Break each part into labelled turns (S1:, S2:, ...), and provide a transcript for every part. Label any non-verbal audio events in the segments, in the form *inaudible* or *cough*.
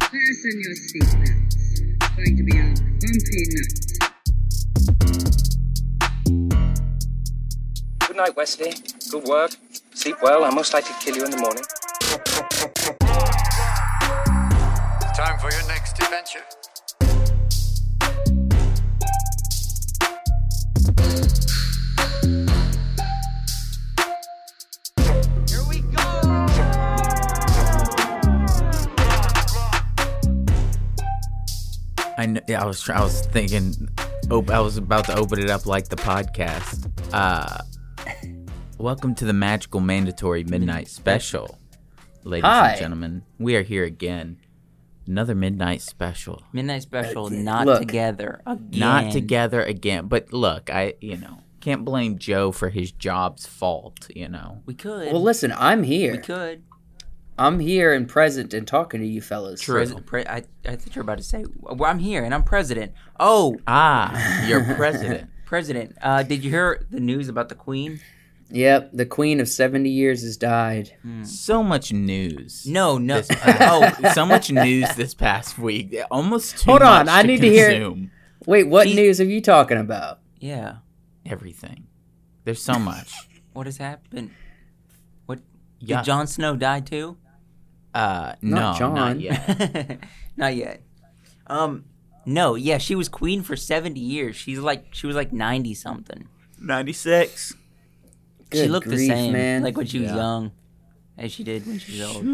S1: Fasten your seatbelts. It's going to be a bumpy night.
S2: Good night, Wesley. Good work. Sleep well. I most likely kill you in the morning.
S3: Time for your next adventure.
S4: I know, yeah, I was try- I was thinking, op- I was about to open it up like the podcast. Uh, welcome to the magical mandatory midnight special, ladies
S5: Hi.
S4: and gentlemen. We are here again, another midnight special,
S5: Midnight Special, not
S6: Look.
S5: together. Again.
S4: not together again. But look, I you know can't blame Joe for his job's fault. You know,
S5: We could.
S6: Well, listen, I'm
S5: we
S6: here.
S5: could.
S6: I'm here and present and talking to you fellas.
S5: Pres- pre- I, I thought you were about to say, well, I'm here and I'm president. Oh,
S4: ah, your
S6: *laughs*
S4: president.
S5: president. Uh, did you hear the news about the queen?
S6: Yep, the queen of 70 years has died.
S4: So much news.
S5: No, no. uh,
S4: This past- oh, so much news this past week. Almost too
S6: Hold on,
S4: much
S6: I
S4: to
S6: need to hear-
S4: consume.
S6: Wait, what
S5: She-
S6: news are you talking about?
S5: yeah.
S4: everything. There's so
S6: *laughs*
S4: much.
S5: What has happened? What?
S4: Yeah.
S5: Did Jon Snow die too? *laughs*
S4: Uh, no,
S6: Not
S4: not,
S6: John.
S4: yet.
S5: not yet. Um, no. Yeah, she was queen for 70 years. She's like, she was like 90 something.
S4: 96.
S5: she
S6: Good
S5: looked the
S6: grief,
S5: same,
S6: man.
S5: like when she was
S4: Yeah.
S5: young, as she did when she was old.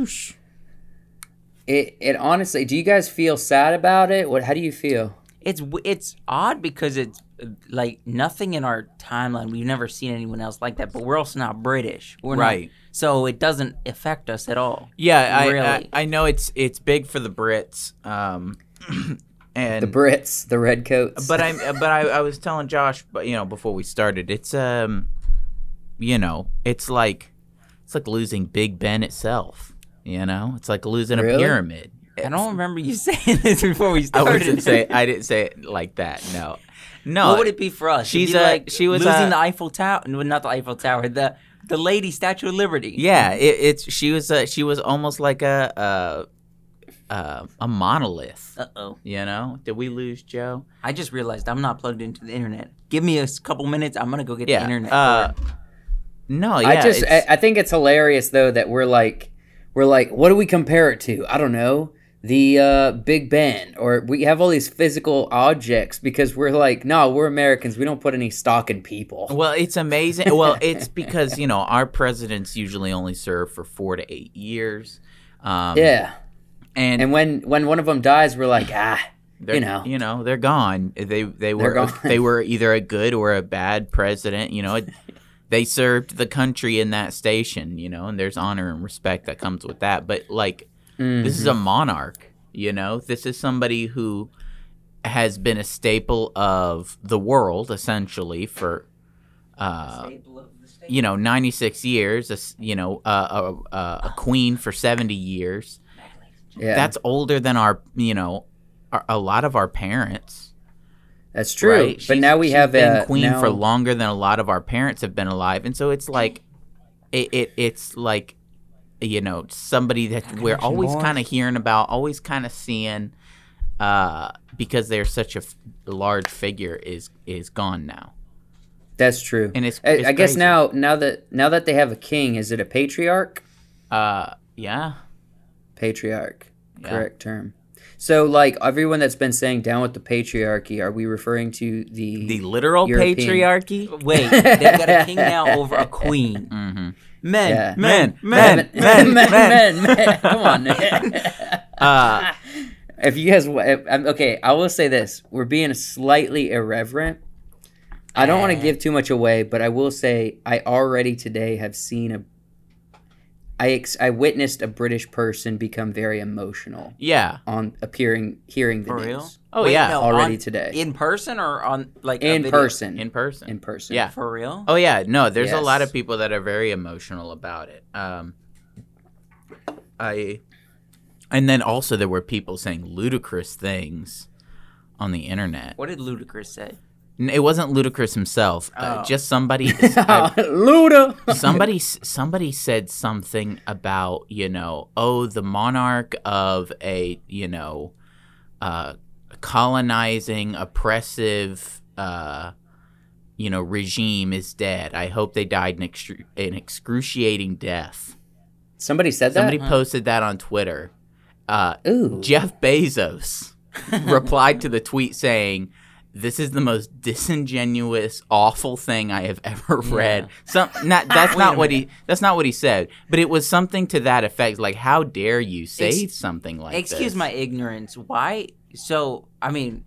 S6: It, it honestly, do you guys feel sad about it? What? How do you feel?
S5: it's w- it's odd because it's uh, like nothing in our timeline we've never seen anyone else like that but we're also not british we're not-
S4: Right.
S5: so it doesn't affect us at all
S4: Yeah, I,
S5: Really.
S4: I I know it's it's big for the Brits. Um, *clears throat* and
S6: The Brits, the redcoats.
S4: but uh, I but I, I was telling Josh, but you know, before we started, it's um, you know, it's like it's like losing Big Ben itself. You know, it's like losing a
S6: Really?
S4: pyramid.
S5: i don't remember you *laughs* saying this before we
S4: I
S5: started
S4: wasn't say I didn't say it like that.
S5: *laughs*
S4: No, no.
S5: what would it be for us It'd
S4: she's
S5: be
S4: a-
S5: like
S4: she was
S5: losing
S4: a-
S5: the eiffel tower no, not the eiffel tower the the lady statue of liberty
S4: Yeah,
S6: Mm-hmm.
S4: it, it's she was uh, she was almost like a uh, uh, a
S6: Uh.
S4: monolith.
S5: uh-oh
S4: You know? Did we lose Joe?
S5: i just realized i'm not plugged into the internet give me a s- couple minutes i'm gonna go get
S4: Yeah.
S5: the internet
S4: uh, no. Yeah.
S6: I just, I,
S4: it's-
S6: I think it's hilarious though that we're like, we're like, what do we compare it to? I don't know, the uh, Big Ben, or we have all these physical objects because we're like, no, we're Americans. We don't put any stock in people.
S4: well, it's amazing. Well, it's because you know our presidents usually only serve for four to eight years. Um,
S6: yeah.
S4: and,
S6: And when when one of them dies, we're like, ah,
S4: they're-
S6: you know.
S4: you know, they're gone. They they were
S6: gone. *laughs*
S4: they were either a good or a bad president. You know, It- they served the country in that station. You know, and there's honor and respect that comes with that. But like, this is
S6: Mm-hmm.
S4: a monarch. You know, this is somebody who has been a staple of the world essentially for. Uh, you know, 96 years, a s you know, uh, a, a, a queen for 70 years
S6: yeah, that's
S4: that's older than our you know our, a lot of our parents
S6: that's true.
S4: right?
S6: But
S4: She's-
S6: now we
S4: she's
S6: have
S4: been
S6: a
S4: queen for
S6: now-
S4: longer than a lot of our parents have been alive and so it's like it, it it's like you know somebody that we're always
S5: boy.
S4: kind of hearing about always kind of seeing uh because they're such a f- large figure is is gone now
S6: That's true.
S4: and it's,
S6: I,
S4: it's
S6: I guess
S4: crazy.
S6: now now that now that they have a king, is it a patriarch?
S4: uh yeah
S6: Patriarch,
S4: Yeah.
S6: correct term. So like everyone that's been saying down with the patriarchy, are we referring to the
S4: the literal
S6: European-
S4: patriarchy
S6: *laughs*
S5: wait they've got a king now over a
S4: *laughs*
S5: queen
S4: mm-hmm.
S5: men
S6: Yeah.
S4: men
S6: *laughs* men
S4: men
S6: men
S4: men
S6: men, men, Come on. *laughs*
S4: uh
S6: if you guys, wa- if, I'm, okay, I will say this: we're being slightly irreverent. I don't want to give too much away, but I will say I already today have seen a. I ex- I witnessed a British person become very emotional
S4: yeah
S6: on appearing hearing the
S5: For
S6: news
S5: real?
S4: Oh, yeah.
S6: already
S5: on-
S6: today
S5: In person or on like a
S6: in
S5: video?
S6: person
S4: in person
S6: in person.
S4: Yeah.
S5: For real?
S4: Oh yeah, no, there's a lot
S6: Yes.
S4: of people that are very emotional about it. Um, I, and then also there were people saying ludicrous things on the internet.
S5: What did Ludacris say?
S4: N- It wasn't Ludacris himself. Uh,
S5: Oh.
S4: just somebody. I-
S6: *laughs* Luda.
S5: *laughs*
S4: somebody s- somebody said something about you know oh the monarch of a you know uh colonizing oppressive uh you know regime is dead i hope they died an, excru- an excruciating death
S6: Somebody said that.
S4: somebody posted that on twitter uh *laughs*
S6: Ooh.
S4: jeff bezos replied to the tweet saying this is the most disingenuous, awful thing I have ever read. Some
S5: *laughs*
S4: not that's not what he that's not what he said, but it was something to that effect. Like, how dare you say
S5: Ex-
S4: something like
S5: Excuse
S4: this?
S5: my ignorance. Why? So I mean,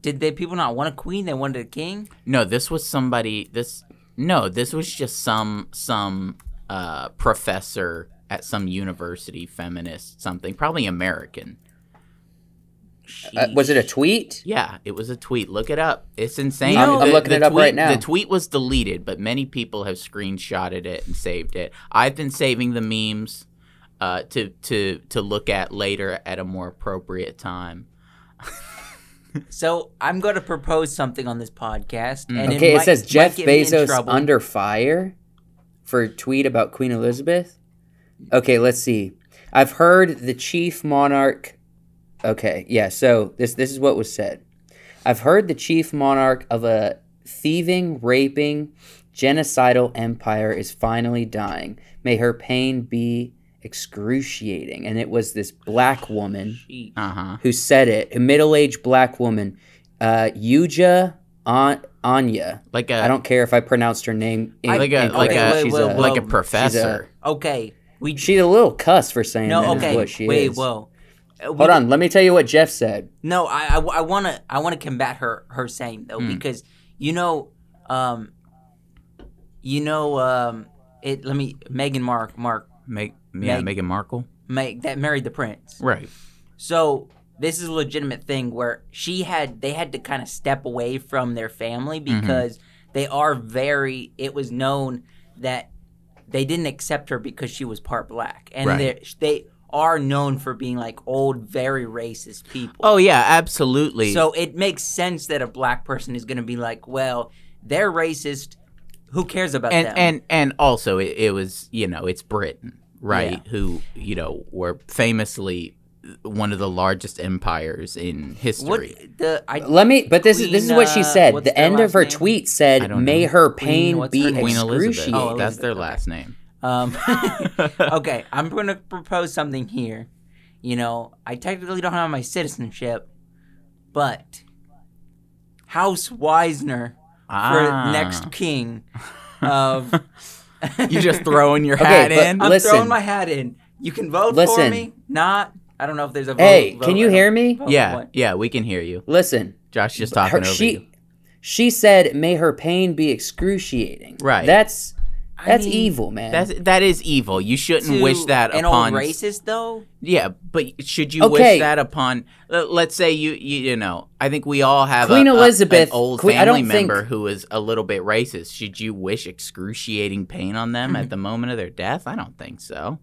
S5: did they people not want a queen? They wanted a king.
S4: No, this was somebody. This no, this was just some some uh, professor at some university, feminist something, probably American.
S6: Uh, was it a tweet?
S4: Yeah, it was a tweet. Look it up. It's insane.
S5: I'm- I'm
S6: looking it up
S4: tweet-
S6: right now.
S4: The tweet was deleted, but many people have screenshotted it and saved it. I've been saving the memes uh, to to to look at later at a more appropriate time.
S5: So I'm going to propose something on this podcast. And
S6: Mm. okay, it
S5: might-
S6: says
S5: might
S6: Jeff
S5: get me in
S6: Bezos
S5: trouble.
S6: under fire for a tweet about Queen Elizabeth. Okay, let's see. I've heard the chief monarch. Okay, yeah. So this this is what was said. I've heard the chief monarch of a thieving, raping, genocidal empire is finally dying. May her pain be excruciating. And it was this black woman
S4: Uh huh.
S6: who said it, a middle-aged black woman, uh, Yuja An- Anya.
S4: Like
S6: I
S4: a
S6: don't care if I pronounced her name. in-
S4: like a like
S6: incorrect.
S4: a
S5: Wait,
S6: she's
S5: wait,
S6: a,
S5: wait.
S4: like a professor.
S5: Okay, we
S6: she's a little cuss for saying
S5: no.
S6: that is
S5: Okay,
S6: what she
S5: wait,
S6: is.
S5: whoa. Uh, we-
S6: Hold on, let me tell you what Jeff said.
S5: No, I I want to I want to combat her her saying though because you know um you know um it let me Meghan Mark Mark
S4: Make yeah,
S5: Meg-
S4: Meghan Markle.
S5: make that married the prince.
S4: Right.
S5: So this is a legitimate thing where she had they had to kind of step away from their family because they are very it was known that they didn't accept her because she was part black and
S4: Right.
S5: they they are known for being like old very racist people.
S4: Oh yeah, absolutely.
S5: So it makes sense that a black person is going to be like, well, they're racist. Who cares about
S4: and
S5: them?
S4: and and also it, it was you know it's Britain right who you know were famously one of the largest empires in history.
S5: what the I
S6: Let me, but this is
S5: Queen,
S6: this is what she
S5: uh,
S6: said.
S5: what's
S6: the
S5: their
S6: end of
S5: last
S6: her
S5: name?
S6: tweet said,
S4: don't
S6: "May
S4: know.
S6: her
S5: Queen-
S6: pain
S5: what's
S6: be
S5: her name?
S4: Queen Elizabeth.
S6: excruciating."
S5: Oh,
S4: That's their last
S5: Elizabeth, *laughs*
S4: name.
S5: um okay, I'm going to propose something here. You know, I technically don't have my citizenship, but House Wisner
S4: Ah.
S5: for next king of
S4: *laughs* You just throwing your
S6: Okay,
S4: hat
S6: but
S4: in.
S5: I'm
S6: Listen.
S5: throwing my hat in. You can vote for
S6: Listen.
S5: me, not. I don't know if there's a vote.
S6: Hey,
S5: vote,
S6: can
S5: I
S6: you
S5: don't-
S6: hear me?
S4: *laughs*
S5: vote,
S4: yeah,
S5: what?
S4: yeah, we can hear you.
S6: Listen,
S4: Josh just talking
S6: her,
S4: over
S6: she
S4: you.
S6: she said, "May her pain be excruciating."
S4: Right.
S6: That's that's
S5: mean,
S6: evil, man.
S4: That's that is evil. You shouldn't
S5: To
S4: wish that
S5: an
S4: upon
S5: old racist though.
S4: Yeah, but should you
S6: Okay.
S4: wish that upon? let- Let's say you, you you know, I think we all have a-
S6: Queen
S4: a-
S6: Elizabeth-
S4: an old
S6: Queen- I
S4: family
S6: don't think-
S4: member who is a little bit racist. Should you wish excruciating pain on them
S6: Mm-hmm.
S4: at the moment of their death? I don't think so.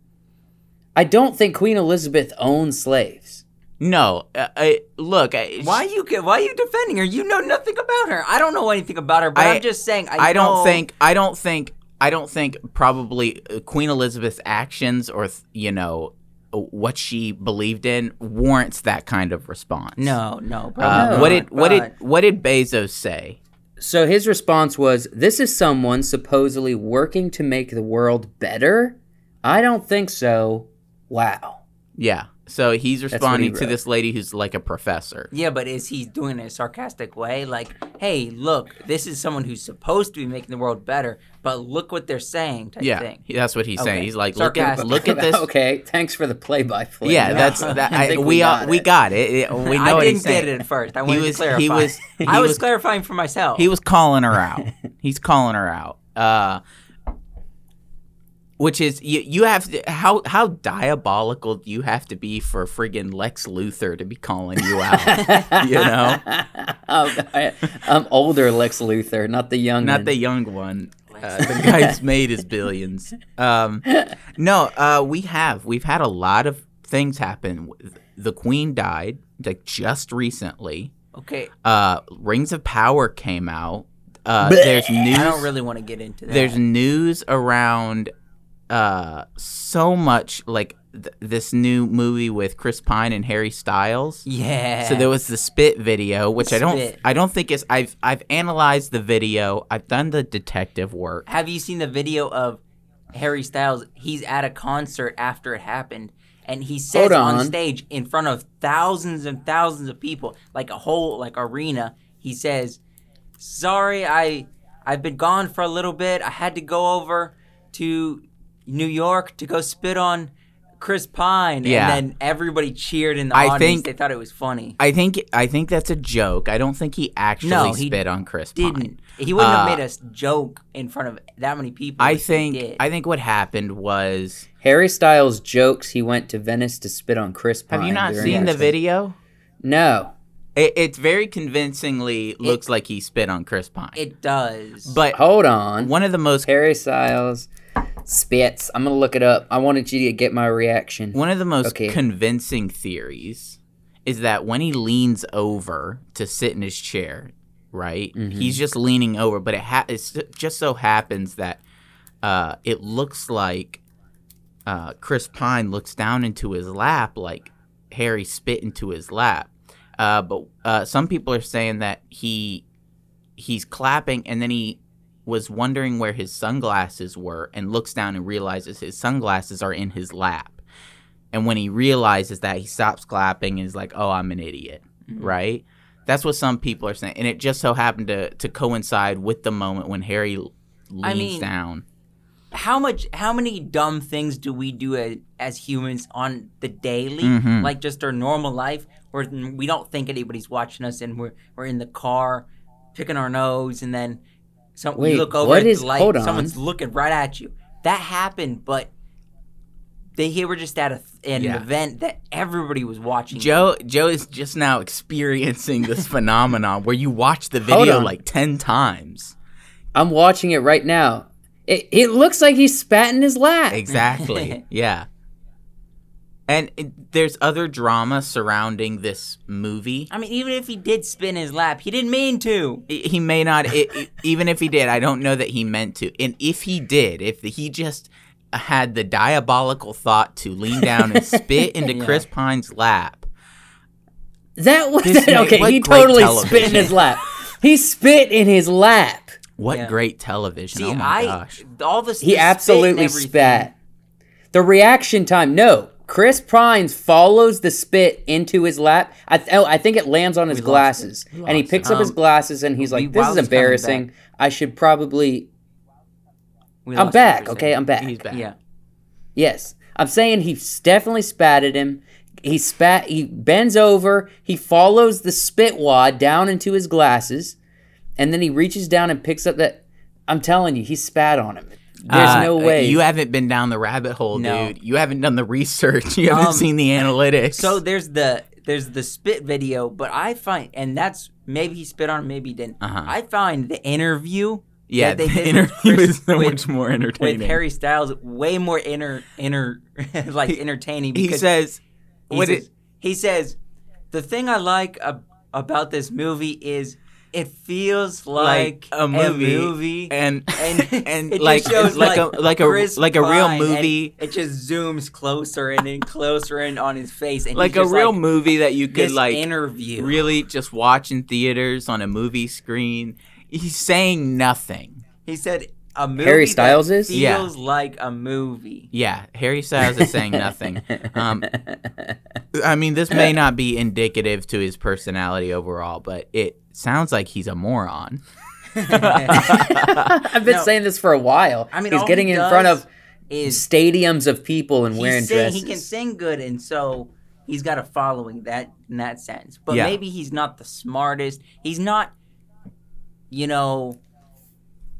S6: I don't think Queen Elizabeth owned slaves.
S4: No, uh, I, look, I,
S5: Why you ca- why you defending her? You know nothing about her. I don't know anything about her, but I,
S4: I-
S5: am just saying. I,
S4: I
S5: know-
S4: don't think I don't think I don't think probably uh, Queen Elizabeth's actions or th- you know uh, what she believed in warrants that kind of response.
S5: No, no.
S4: Uh,
S5: probably
S4: what
S5: not,
S4: did what did
S5: but-
S4: what did Bezos say?
S6: So his response was, "This is someone supposedly working to make the world better." I don't think so. Wow.
S4: Yeah. So he's
S6: he
S4: responding to
S6: wrote.
S4: this lady who's like a professor.
S5: Yeah, but is he doing it in a sarcastic way? Like, hey, look, this is someone who's supposed to be making the world better, but look what they're saying. Type
S4: Yeah,
S5: thing.
S4: he- that's what he's saying.
S5: Okay.
S4: He's like, look at
S5: Sarcastic.
S4: look
S6: *laughs*
S4: at
S5: *laughs*
S4: this.
S6: okay, thanks for the play-by-play.
S4: Yeah, that's that.
S6: *laughs* I
S4: I,
S6: think
S4: we
S6: we
S4: we,
S6: got
S4: got we
S6: it.
S4: got it.
S5: *laughs*
S4: It- We know
S5: I
S4: what
S5: didn't
S4: he's
S5: get
S4: saying.
S5: it at first. I wanted
S4: was-
S5: to clarify.
S4: he
S5: *laughs*
S4: was- he
S5: I was,
S4: was-
S5: clarifying for myself.
S4: He was calling her
S5: *laughs*
S4: out. he's calling her out. Uh, which is you, you have to, how how diabolical do you have to be for friggin' Lex Luthor to be calling you
S5: *laughs*
S4: out?
S6: *laughs*
S4: you know,
S6: um, I, am older Lex Luthor, not the young.
S4: not
S6: one.
S4: the young one. Uh, the
S5: *laughs*
S4: guy's made his billions. Um, no, uh, we have we've had a lot of things happen. The Queen died like just recently. *laughs*
S5: Okay,
S4: Uh, Rings of Power came out. Uh,
S6: Bleh.
S4: there's news.
S5: I don't really want to get into that.
S4: there's news around uh, so much like th- this new movie with Chris Pine and Harry Styles.
S5: yeah.
S4: So there was the spit video, which I don't
S5: Spit.
S4: I don't think is I've I've analyzed the video. I've done the detective work.
S5: Have you seen the video of Harry Styles? He's at a concert after it happened, and he says
S6: Hold
S5: on.
S6: on.
S5: stage in front of thousands and thousands of people, like a whole like arena. He says, "Sorry, I I've been gone for a little bit. I had to go over to New York to go spit on." Chris Pine,
S4: Yeah.
S5: and then everybody cheered in the
S4: I
S5: audience.
S4: think-
S5: they thought it was funny.
S4: I think I think that's a joke. I don't think he actually
S5: No, he
S4: spit on Chris Pine.
S5: Didn't he? Wouldn't have
S4: Uh,
S5: made a s- joke in front of that many people.
S4: I
S5: if he
S4: think
S5: did.
S4: I think what happened was
S6: Harry Styles jokes he went to Venice to spit on Chris Pine.
S4: Have you not
S6: during
S4: seen the
S6: that-
S4: video?
S6: No.
S4: It, it very convincingly looks like he spit on Chris Pine.
S5: it does.
S4: but
S6: Hold on.
S4: one of the most
S6: Harry Styles spits. I'm gonna look it up. I wanted you to get my reaction.
S4: One of the most
S6: Okay.
S4: convincing theories is that when he leans over to sit in his chair, right? He's just leaning over, but it, ha- it just so happens that uh, it looks like uh, Chris Pine looks down into his lap, like Harry spit into his lap. Uh, but uh, some people are saying that he he's clapping, and then he was wondering where his sunglasses were, and looks down and realizes his sunglasses are in his lap. And when he realizes that, he stops clapping and is like, "Oh, I'm an idiot," right? That's what some people are saying, and it just so happened to to coincide with the moment when Harry leans
S5: I mean,
S4: down.
S5: how much how many dumb things do we do as, as humans on the daily
S6: Mm-hmm.
S4: Mhm.
S5: like just our normal life where we don't think anybody's watching us and we're we're in the car picking our nose and then some
S6: Wait,
S5: we look over
S6: what
S5: at
S6: is-
S5: the light
S6: hold on.
S5: someone's looking right at you that happened but they here were just at a, an
S4: Yeah.
S5: event that everybody was watching
S4: Joe Joe is just now *laughs* experiencing this phenomenon where you watch the
S6: Hold
S4: video
S6: on.
S4: like ten times.
S6: I'm watching it right now. It, it looks like he spat in his
S5: *laughs*
S6: lap.
S4: Exactly. yeah. And it, there's other drama surrounding this movie.
S5: i mean even if he did spin his lap he didn't mean to
S4: He he may not, i i even if he did, I don't know that he meant to. And if he did, if he just had the diabolical thought to lean down and
S5: *laughs*
S4: spit into
S5: Yeah.
S4: Chris Pine's lap,
S6: That was
S4: This man,
S6: okay.
S4: what
S6: He
S4: great
S6: totally spit in
S4: television.
S6: his lap. He spit in his lap.
S4: what
S5: Yeah.
S4: great television.
S5: see
S4: oh my
S5: i
S4: gosh.
S5: all this
S6: He
S5: the spit and
S6: absolutely
S5: everything.
S6: spat. The reaction time. No, Chris Pines follows the spit into his lap. I th- oh, I think it lands on his glasses, and he picks up his glasses, and he's like,
S5: we-
S6: "This
S5: Wild's coming
S6: is embarrassing. I should probably."
S5: We lost what
S6: I'm
S5: you
S6: back.
S5: were saying.
S6: Okay, I'm back.
S4: He's back.
S5: yeah
S6: Yes, I'm saying he s- definitely spat at him. He spat. He bends over. He follows the spit wad down into his glasses, and then he reaches down and picks up that. I'm telling you, he spat on him. There's
S4: Uh,
S6: no way.
S4: You haven't been down the rabbit hole,
S5: No.
S4: dude. You haven't done the research. *laughs* You haven't
S5: Um,
S4: seen the analytics.
S5: So there's the there's the spit video, but I find and that's maybe he spit on it, maybe he didn't.
S4: Uh-huh.
S5: I find the interview
S4: yeah,
S5: that they
S4: the
S5: did
S4: interview
S5: with
S4: is so
S5: with-
S4: much more entertaining.
S5: with Harry Styles way more inner inner *laughs* like entertaining
S4: he
S5: because
S4: says,
S5: he
S4: "What
S5: says,
S4: it,
S5: he says the thing I like ab- about this movie is it feels like, a movie,
S4: and
S5: and
S4: *laughs* and,
S5: *laughs* it
S4: like
S5: just shows
S4: like, a like a
S5: Chris
S4: like a real
S5: Pine, and
S4: movie,
S5: It just zooms closer and then closer in on his face, and
S4: like
S5: he's
S4: a
S5: just
S4: real
S5: like,
S4: movie that you could
S5: this
S4: like
S5: interview.
S4: really just watch in theaters on a movie screen." He's saying nothing.
S5: He said a movie.
S6: Harry Styles
S5: that
S6: is?
S5: feels
S4: Yeah.
S5: like a *laughs* movie.
S4: Yeah, Harry Styles is saying nothing. Um,
S5: *laughs*
S4: I mean, this may not be indicative to his personality overall, but it sounds like he's a moron.
S6: *laughs* I've been
S5: No.
S6: saying this for a while.
S5: I mean,
S6: he's
S5: all
S6: getting
S5: he
S6: in front
S5: does
S6: of
S5: Is
S6: stadiums of people and
S5: he
S6: wearing
S5: sing-
S6: dresses.
S5: He can sing good, and so he's got a following that in that sense. But
S4: Yeah.
S5: maybe he's not the smartest. He's not, you know,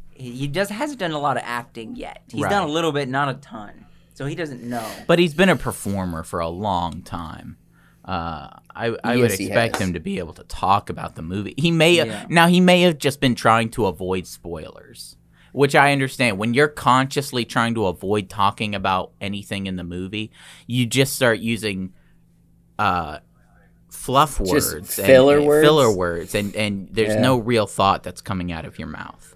S5: he he just hasn't done a lot of acting yet. He's
S4: Right.
S5: done a little bit, not a ton. So he doesn't know.
S4: But he's been a performer for a long time. Uh, I, I would
S6: Yes, he
S4: expect
S6: has.
S4: him to be able to talk about the movie. He may
S5: Yeah.
S4: now he may have just been trying to avoid spoilers, which I understand. When you're consciously trying to avoid talking about anything in the movie, you just start using uh, fluff
S6: Just
S4: words,
S6: filler
S4: and,
S6: words?
S4: filler words, and and there's
S6: Yeah.
S4: no real thought that's coming out of your mouth.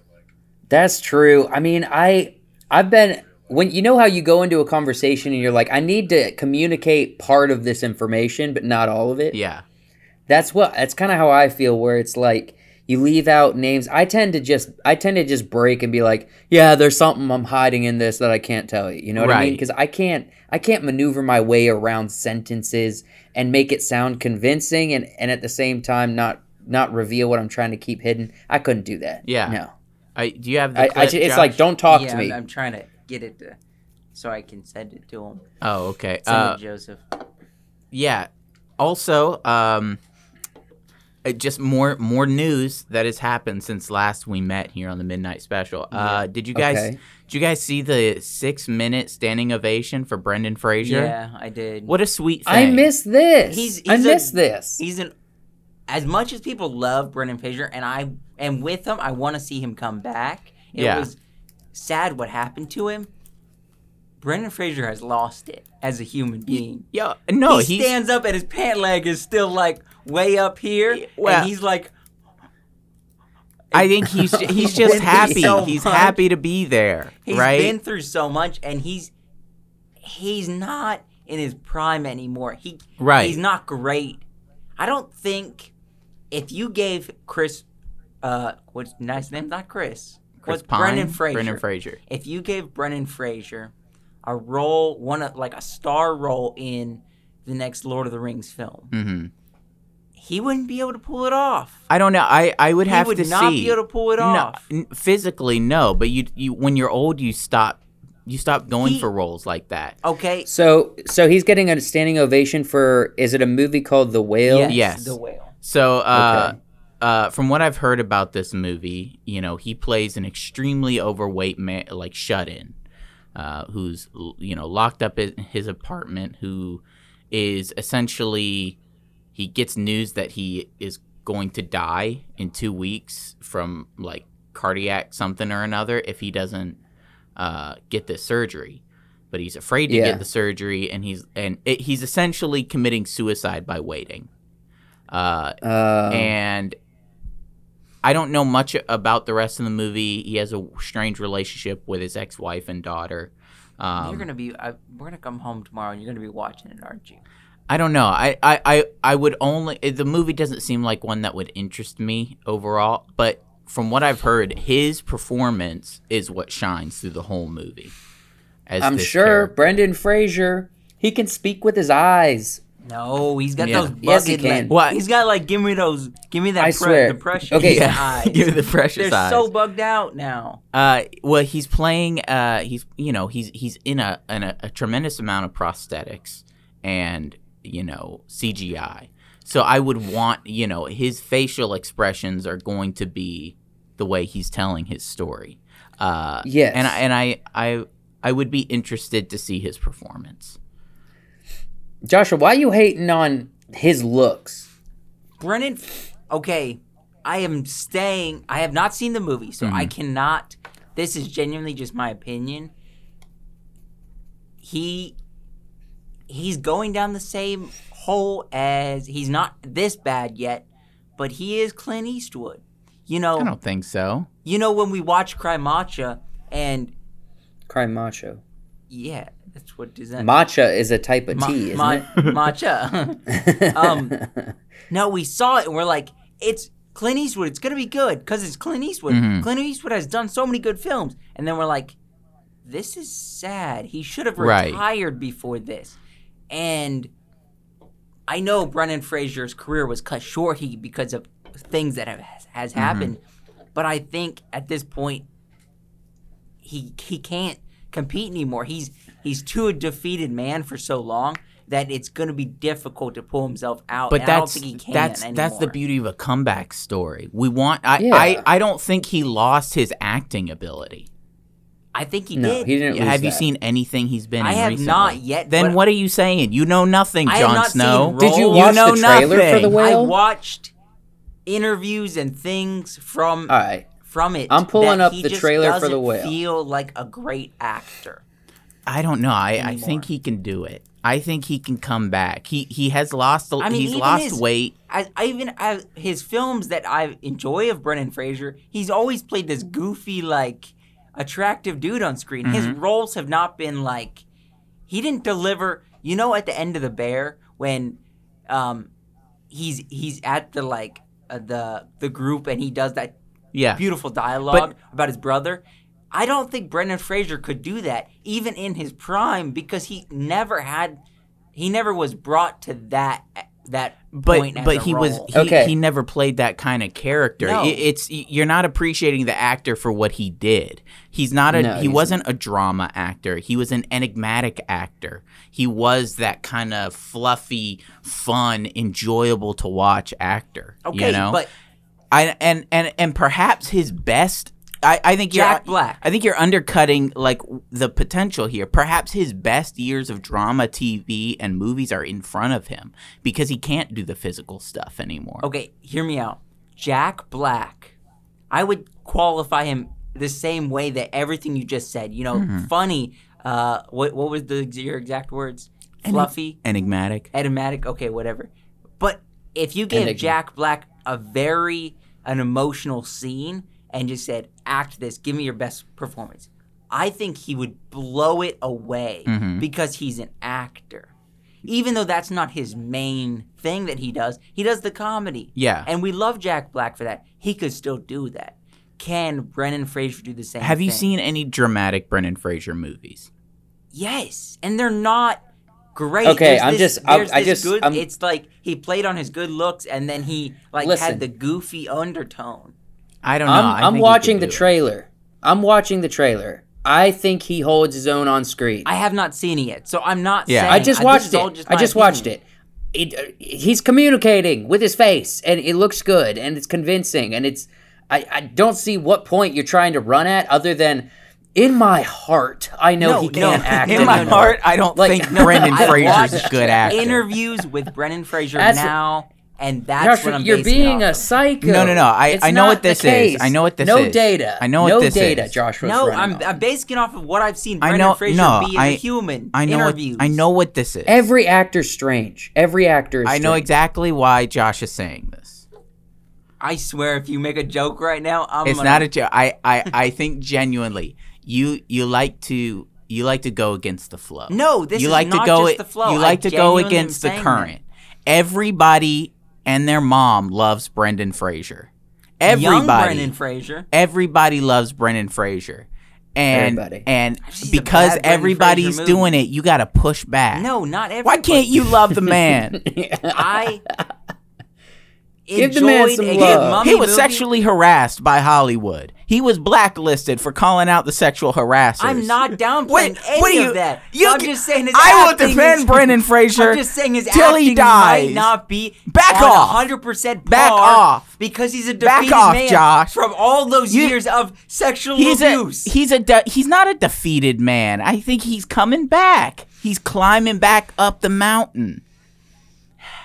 S6: That's true. I mean, I I've been when you know how you go into a conversation and you're like, I need to communicate part of this information, but not all of it.
S4: Yeah,
S6: That's what that's kind of how I feel where it's like you leave out names. I tend to just I tend to just break and be like, yeah, there's something I'm hiding in this that I can't tell you. You know what I mean?
S4: Right.
S6: Cuz I can't I can't maneuver my way around sentences and make it sound convincing and and at the same time not not reveal what I'm trying to keep hidden. I couldn't do that.
S4: Yeah.
S6: No.
S4: I, do you have the
S6: I, I
S4: clip,
S6: ju- it's
S4: Josh?
S6: like don't talk
S5: yeah,
S6: to me.
S5: I'm, I'm trying to get it to, so I can send it to him.
S4: oh okay
S5: Send
S4: uh,
S5: it to Joseph.
S4: yeah. Also, um, uh, just more more news that has happened since last we met here on the midnight special. Uh, did you guys
S6: Okay.
S4: did you guys see the six minute standing ovation for Brendan Fraser?
S5: Yeah, I did.
S4: What a sweet thing.
S6: I miss this.
S5: He's-
S6: I
S5: he's a-
S6: miss this.
S5: He's an as much as people love Brendan Fraser, and I am with him. I want to see him come back. It
S4: Yeah.
S5: was sad what happened to him. Brendan Fraser has lost it as a human being.
S4: Yeah, no,
S5: he
S4: he's
S5: stands up and his pant leg is still like way up here,
S4: well-
S5: and he's like,
S4: I think
S5: *laughs*
S4: he's he's
S5: Been
S4: just
S5: through
S4: happy.
S5: so
S4: he's
S5: much.
S4: happy to be there,
S5: he's
S4: right?
S5: been through so much, and he's he's not in his prime anymore. He
S4: Right.
S5: He's not great. I don't think if you gave Chris, uh, what's nice name? Not Chris.
S4: Chris
S5: what's
S4: Pine,
S5: Brendan Fraser?
S4: Brendan Fraser.
S5: If you gave Brendan Fraser a role, one of like a star role in the next Lord of the Rings film,
S4: hmm
S5: he wouldn't be able to pull it off.
S4: I don't know. I I would
S5: he
S4: have
S5: would
S4: to
S5: not
S4: see.
S5: be able to pull it
S4: no,
S5: off.
S4: n- physically no, but you you when you're old, you stop you stop going
S5: He-
S4: for roles like that.
S5: Okay.
S6: so so he's getting a standing ovation for is it a movie called The Whale?
S5: Yes,
S4: Yes.
S5: The whale.
S4: So, uh,
S6: Okay.
S4: uh, from what I've heard about this movie, you know, he plays an extremely overweight man, like shut in, uh, who's l- you know locked up in his apartment, who is essentially he gets news that he is going to die in two weeks from like cardiac something or another if he doesn't uh, get this surgery. But he's afraid to
S6: Yeah.
S4: get the surgery, and he's and it, he's essentially committing suicide by waiting. Uh,
S6: Uh,
S4: and I don't know much about the rest of the movie. He has a strange relationship with his ex-wife and daughter. Um,
S5: you're gonna be. I, we're gonna come home tomorrow, and you're gonna be watching it, aren't you?
S4: I don't know. I, I, I, I would only eh, the movie doesn't seem like one that would interest me overall. But from what I've heard, his performance is what shines through the whole movie. As
S6: I'm
S4: this
S6: sure
S4: character. *laughs*
S6: Brendan Fraser, he can speak with his eyes.
S5: No, he's got
S4: Yeah.
S5: those bucket
S6: Yes, he can.
S5: Like,
S4: What?
S5: He's got like give me those give me that
S6: I
S5: pre-
S6: swear.
S5: the pressure in
S6: Okay.
S5: the
S6: Yeah.
S5: eyes.
S4: *laughs* Give it the precious
S5: They're
S4: eyes.
S5: so bugged out now.
S4: Uh, well, he's playing. Uh, he's you know he's he's in a in a, a tremendous amount of prosthetics and you know CGI. So I would want you know his facial expressions are going to be the way he's telling his story. Uh,
S6: Yes.
S4: and I, and I I I would be interested to see his performance.
S6: Joshua, why you hating on his looks?
S5: Brennan okay, I am staying I have not seen the movie, so
S4: Mm-hmm.
S5: I cannot this is genuinely just my opinion. He he's going down the same hole as he's not this bad yet, but he is Clint Eastwood. You
S4: I
S5: know,
S4: don't think so.
S5: you know when we watch Cry Matcha and
S6: Cry macho.
S5: Yeah, that's what does that
S6: Matcha is a type of tea, isn't
S5: ma-
S6: it? *laughs*
S5: matcha. *laughs*
S4: *laughs*
S5: um, no, we saw it and we're like, it's Clint Eastwood. It's gonna be good because it's Clint Eastwood.
S6: Mm-hmm.
S4: Mhm.
S5: Clint Eastwood has done so many good films, and then we're like, this is sad. He should have
S4: Right.
S5: retired before this. And I know Brennan Fraser's career was cut short he because of things that have, has
S6: Mm-hmm.
S5: happened, but I think at this point he he can't compete anymore. He's he's too a defeated man for so long that it's going to be difficult to pull himself out.
S4: But
S5: and I don't
S4: that's
S5: think he can
S4: that's
S5: anymore.
S4: that's the beauty of a comeback story. We want. I
S6: Yeah.
S4: I, I don't think he lost his acting ability.
S5: I think he
S6: *laughs* no,
S5: did.
S6: he didn't.
S4: Yeah,
S6: lose
S4: have you
S6: that.
S4: seen anything he's been
S5: I
S4: in
S5: have
S4: recently?
S5: not yet,
S4: Then
S5: but-
S4: what are you saying? You know nothing,
S5: I have
S4: Jon
S5: not seen
S4: Snow.
S5: Did you Roll.
S6: watch
S4: know
S6: the trailer for
S4: nothing.
S6: the whale?
S5: I
S6: Well-
S5: watched interviews and things from
S6: All right.
S5: from it.
S6: I'm pulling
S5: that
S6: up
S5: he
S6: the
S5: just
S6: trailer for
S5: doesn't
S6: The Whale.
S5: Feel like a great actor.
S4: I don't know. I, I
S5: Anymore.
S4: think he can do it. I think he can come back. He he has lost. a-
S5: I mean,
S4: he's
S5: even
S4: lost
S5: his-
S4: weight.
S5: I, I even I, his films that I enjoy of Brendan Fraser, he's always played this goofy, like attractive dude on screen. His roles have not been like he didn't deliver. You know, at the end of the Bear, when um, he's he's at the like uh, the the group and he does that
S4: Yeah,
S5: beautiful dialogue about his brother. I don't think Brendan Fraser could do that even in his prime because he never had he never was brought to that that
S4: but
S5: point as
S4: but
S5: a
S4: he was
S5: role.
S4: he,
S6: Okay.
S4: he never played that kind of character.
S5: No.
S4: I- it's you're not appreciating the actor for what he did. He's not a
S6: No,
S4: he
S6: he's
S4: wasn't a drama actor. He was an enigmatic actor. He was that kind of fluffy, fun, enjoyable to watch actor.
S5: okay,
S4: you know?
S5: but
S4: I and and and perhaps his best. I, I think
S5: Jack
S4: you're,
S5: Black.
S4: I think you're undercutting like the potential here. Perhaps his best years of drama, TV, and movies are in front of him because he can't do the physical stuff anymore.
S5: okay, hear me out. Jack Black, I would qualify him the same way that everything you just said. You know,
S4: Mm-hmm.
S5: funny. Uh, what what was the your exact words? Fluffy.
S4: Enigmatic.
S5: enigmatic okay whatever but if you gave
S6: Enigma.
S5: jack black a very an emotional scene and just said act this give me your best performance i think he would blow it away
S4: Mm-hmm.
S5: because he's an actor even though that's not his main thing that he does he does the comedy
S4: Yeah.
S5: and we love jack black for that he could still do that can brennan fraser do the same
S4: Have you
S5: thing?
S4: seen any dramatic Brendan Fraser movies?
S5: Yes, and they're not great.
S6: Okay,
S5: There's
S6: I'm
S5: this-
S6: just- I'm-
S5: there's
S6: I
S5: this
S6: just-
S5: Good,
S6: I'm-
S5: it's like he played on his good looks, and then he like
S6: Listen.
S5: had the goofy undertone.
S4: I don't know. I
S6: I'm,
S4: think
S6: I'm
S4: he could
S6: watching the
S4: do it.
S6: trailer. I'm watching the trailer. I think he holds his own on screen.
S5: I have not seen it yet, so I'm not.
S4: Yeah.
S5: saying,
S6: I just
S5: this
S6: watched
S5: is all
S6: it. I
S5: my
S6: just watched
S5: opinion.
S6: it. It- uh, He's communicating with his face, and it looks good, and it's convincing, and it's. I, I don't see what point you're trying to run at, other than, in my heart, I know
S5: No,
S6: he
S5: no. *laughs*
S6: can't act.
S4: In my
S6: anymore."
S4: heart, I don't
S6: Like-
S4: think
S6: No,
S4: Brendan
S5: I
S4: Fraser's a
S5: watched
S4: good actor.
S5: Interviews with Brennan Fraser
S6: That's-
S5: now, and that's
S6: Josh,
S5: what I'm
S6: you're
S5: basing it
S6: being
S5: off
S6: a
S5: of.
S6: psycho.
S4: No, no, no. I-
S6: It's
S4: I know
S6: not
S4: what
S6: the
S4: this is. I
S6: case.
S4: know what this
S6: no
S4: is.
S6: data.
S4: I know what
S6: no
S4: this
S6: data,
S4: is.
S6: Josh was
S5: No,
S6: running
S5: I'm,
S6: on.
S5: I'm basing it off of what I've seen
S4: I
S5: Brennan
S4: know-
S5: Fraser
S4: no,
S5: be as
S4: I-
S5: a human.
S4: I know. What,
S5: interviews.
S4: I know what this is.
S6: Every actor's strange. Every actor is
S4: I know
S6: strange.
S4: exactly why Josh is saying this.
S5: I swear, if you make a joke right now, I'm.
S4: it's
S5: gonna-
S4: not a joke. I, I, I think genuinely, you you like to you like to go against the flow.
S5: No, this
S4: you
S5: is
S4: like
S5: not
S4: to go.
S5: just the flow.
S4: You
S5: I
S4: like to go
S5: genuinely am
S4: against the
S5: saying that.
S4: current. Everybody and their mom loves Brendan Fraser.
S5: Young
S4: Everybody,
S5: Brendan Fraser.
S4: everybody loves Brendan Fraser, and
S6: Everybody.
S4: and
S5: seen the
S4: because
S5: bad Brendan Fraser
S4: everybody's
S5: movie.
S4: doing it, you got to push back.
S5: No, not everybody.
S4: why can't you love the
S5: *laughs*
S4: man? *laughs*
S5: I
S6: Give the man
S5: enjoyed
S6: some
S5: a
S6: love.
S5: good mummy
S4: he was
S5: movie.
S4: sexually harassed by Hollywood. He was blacklisted for calling out the sexual harassers.
S5: I'm not downplaying
S4: Wait,
S5: any
S4: what do you-
S5: of that.
S4: you
S5: I'm
S4: can-
S5: just saying his
S4: I will
S5: acting
S4: defend
S5: is, *laughs*
S4: Brendan Fraser
S5: I'm just saying his
S4: till
S5: acting
S4: he dies.
S5: might not be
S4: Back
S5: on
S4: off.
S5: 100% par
S4: Back off.
S5: because he's a
S4: Back
S5: defeated
S4: off,
S5: man
S4: Josh.
S5: from all those
S4: You-
S5: years of sexual
S4: He's a
S5: abuse.
S4: he's a de- he's not a defeated man. I think he's coming back. He's climbing back up the mountain. *sighs*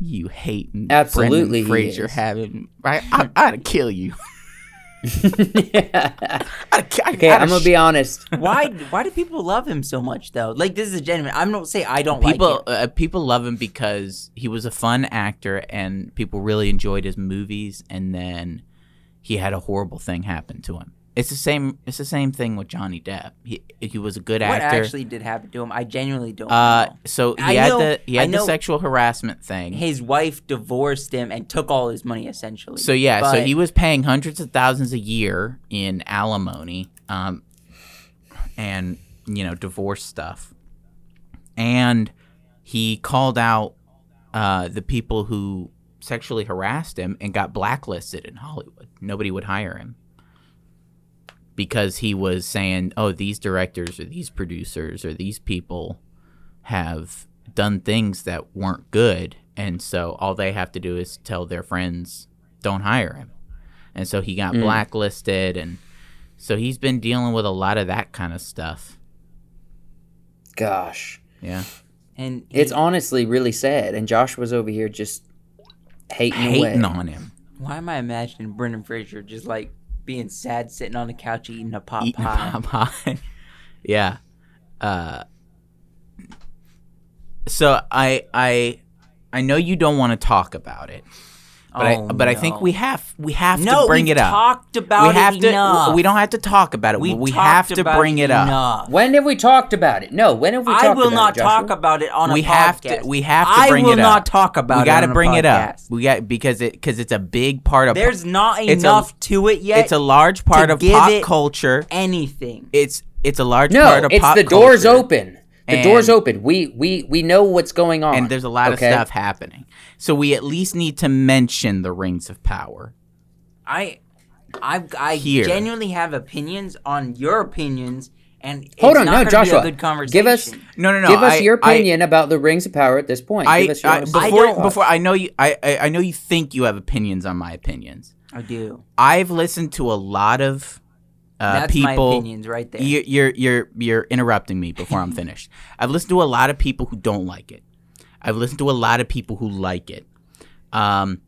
S4: You hating
S6: Absolutely
S4: Brendan
S6: he
S4: Fraser
S6: is.
S4: having right? I, I'd kill you. *laughs*
S6: *laughs*
S4: I'd, ki- I'd-
S6: Okay,
S4: I'd
S6: I'm gonna be honest.
S5: why why do people love him so much though? Like this is a gentleman. I don't say I don't
S4: people
S5: like him.
S4: uh, people love him because he was a fun actor and people really enjoyed his movies and then he had a horrible thing happen to him it's the same it's the same thing with johnny depp he, he was a good
S5: What
S4: actor
S5: actually did happen to him? I genuinely don't
S4: uh
S5: know.
S4: so he
S5: I
S4: had
S5: know-
S4: the he
S5: I
S4: had the
S5: know-
S4: sexual harassment thing
S5: his wife divorced him and took all his money essentially.
S4: so yeah so
S5: But
S4: he was paying hundreds of thousands a year in alimony um and you know divorce stuff and he called out uh, the people who sexually harassed him and got blacklisted in Hollywood. Nobody would hire him because he was saying, "Oh, these directors or these producers or these people have done things that weren't good, and so all they have to do is tell their friends, don't hire him." And so he
S5: Mm.
S4: got blacklisted and so he's been dealing with a lot of that kind of stuff.
S6: Gosh,
S4: Yeah.
S5: and he-
S6: it's honestly really sad. And Josh was over here just hating,
S4: Hating
S6: away.
S4: on him.
S5: why am I imagining Brendan Fraser
S4: *laughs*
S5: just like being sad, sitting on the couch eating a pot
S4: Eating
S5: pie?
S4: a pot pie. yeah. Uh, so I I I know you don't want to talk about it, but I
S5: Oh,
S4: but I think
S5: no.
S4: we have we have
S5: No,
S4: to bring
S5: we've
S4: it up.
S5: talked about
S4: we have
S5: it
S4: to.
S5: enough.
S4: We don't have to talk about it. but
S5: We've
S4: we have
S5: talked
S4: to
S5: about
S4: bring it up.
S5: enough.
S6: When have we talked about it? No, when have we talked
S5: I
S6: about it?
S5: will not
S6: Joshua?
S5: talk about it on
S4: We
S5: a
S4: have to-
S5: podcast.
S4: we have to bring
S5: I will
S4: it
S5: not
S4: up.
S5: talk about
S4: we
S5: it.
S4: got to
S5: on a
S4: bring it up.
S5: podcast.
S4: We got because it because it's a big part of.
S5: There's not
S4: It's a-
S5: enough to it yet.
S4: it's a large part of
S5: give
S4: pop
S5: it-
S4: culture.
S5: anything.
S4: It's it's a large part
S6: No,
S4: of
S6: it's
S4: pop
S6: the doors
S4: culture,
S6: open. The doors
S4: And-
S6: open. We we we know what's going on.
S4: and there's a lot
S6: okay?
S4: of stuff happening. So we at least need to mention the rings of power.
S5: I, I, I
S4: Here.
S5: genuinely have opinions on your opinions, and
S6: Hold
S5: it's
S6: on,
S5: not
S6: no,
S5: gonna
S6: Joshua.
S5: Be a good conversation.
S6: Give us
S4: No, no, no.
S6: give us
S4: I-
S6: your
S4: I-
S6: opinion about the rings of power at this point.
S4: I,
S6: give us your
S4: I
S6: honest
S4: before
S6: thoughts.
S4: before I know you I, I I know you think you have opinions on my opinions.
S5: I do.
S4: I've listened to a lot of uh,
S5: That's my
S4: people.
S5: opinions right there.
S4: you, you're you're you're interrupting me before I'm
S5: *laughs*
S4: finished. I've listened to a lot of people who don't like it. I've listened to a lot of people who like it. Um,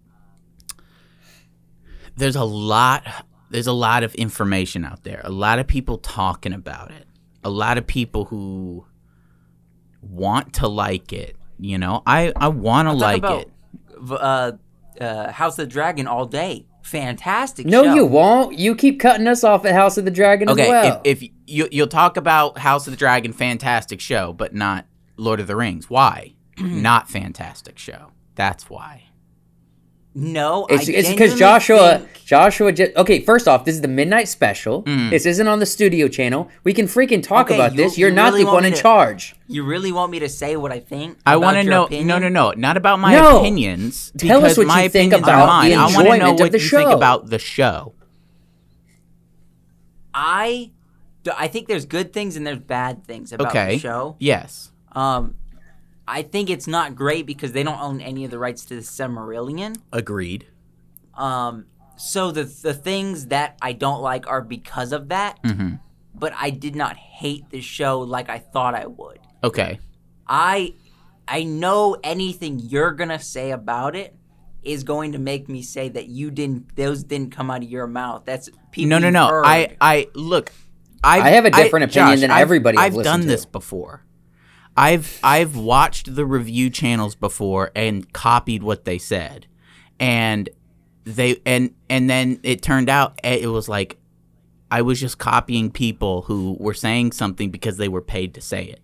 S4: there's a lot there's a lot of information out there. A lot of people talking about it. A lot of people who want to like it. You know, I I want to
S5: Talk
S4: like
S5: about,
S4: it.
S5: v- Uh, uh, House of the Dragon all day. Fantastic.
S6: No,
S5: show.
S6: you won't. You keep cutting us off at House of the Dragon
S4: Okay,
S6: as well.
S4: if, if you you'll talk about House of the Dragon, fantastic show, but not Lord of the Rings.
S6: *clears throat*
S4: Why? not fantastic show. That's why.
S5: No,
S6: it's
S5: I
S6: it's
S5: genuinely
S6: because Joshua
S5: think-
S6: Joshua just okay. First off, this is the midnight special.
S4: Hmm.
S6: This isn't on the studio channel. We can freaking talk
S5: Okay,
S6: about
S5: you-
S6: this.
S5: you
S6: You're not
S5: really
S6: the
S5: want
S6: one
S5: me
S6: in
S5: to-
S6: charge.
S5: you really want me to say what I think?
S4: I
S5: want to
S4: know. No, no, no. Not about my
S6: No!
S4: opinions.
S6: Tell us
S4: because
S6: what
S4: my
S6: you think
S4: opinions are
S6: about
S4: mine.
S6: the
S4: I wanna
S6: enjoyment
S4: know
S6: of
S4: what
S6: the
S4: you think
S6: show.
S4: about the show.
S5: I, I think there's good things and there's bad things about
S4: Okay.
S5: the show.
S4: Yes.
S5: Um, I think it's not great because they don't own any of the rights to the Silmarillion.
S4: Agreed.
S5: Um, so the the things that I don't like are because of that.
S4: Mhm.
S5: But I did not hate the show like I thought I would.
S4: Okay.
S5: I I know anything you're gonna say about it is going to make me say that you didn't those didn't come out of your mouth. That's people.
S4: no, no,
S5: you've
S4: no.
S5: heard.
S4: I, I look. I've,
S6: I have a different opinion
S4: Josh,
S6: than
S4: I've-
S6: everybody I've
S4: I've, done
S6: listened to.
S4: this before. I've I've watched the review channels before and copied what they said, and they and and then it turned out eh, it was like I was just copying people who were saying something because they were paid to say it.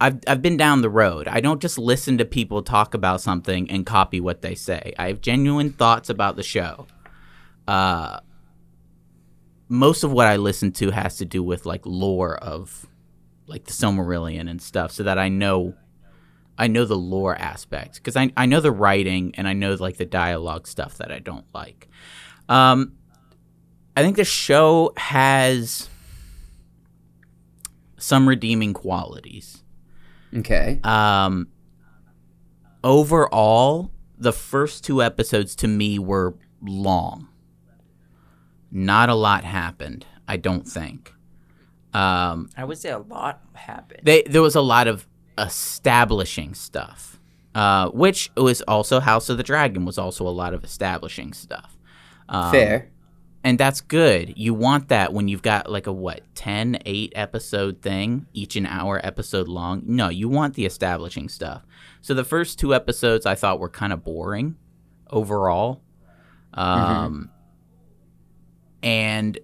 S4: I've I've been down the road. I don't just listen to people talk about something and copy what they say. I have genuine thoughts about the show. Uh, most of what I listen to has to do with like lore of like the Silmarillion and stuff, so that I know I know the lore aspect because I I know the writing and I know like the dialogue stuff that I don't like. Um, I think the show has some redeeming qualities.
S6: Okay.
S4: Um, overall, the first two episodes to me were long. Not a lot happened, I don't think. Um,
S5: I would say a lot happened.
S4: they there was a lot of establishing stuff, uh, which was also House of the Dragon was also a lot of establishing stuff. Um,
S6: Fair.
S4: and that's good. You want that when you've got like a what 10 8 episode thing, each an hour episode long. No, you want the establishing stuff. So the first two episodes I thought were kind of boring overall. Um and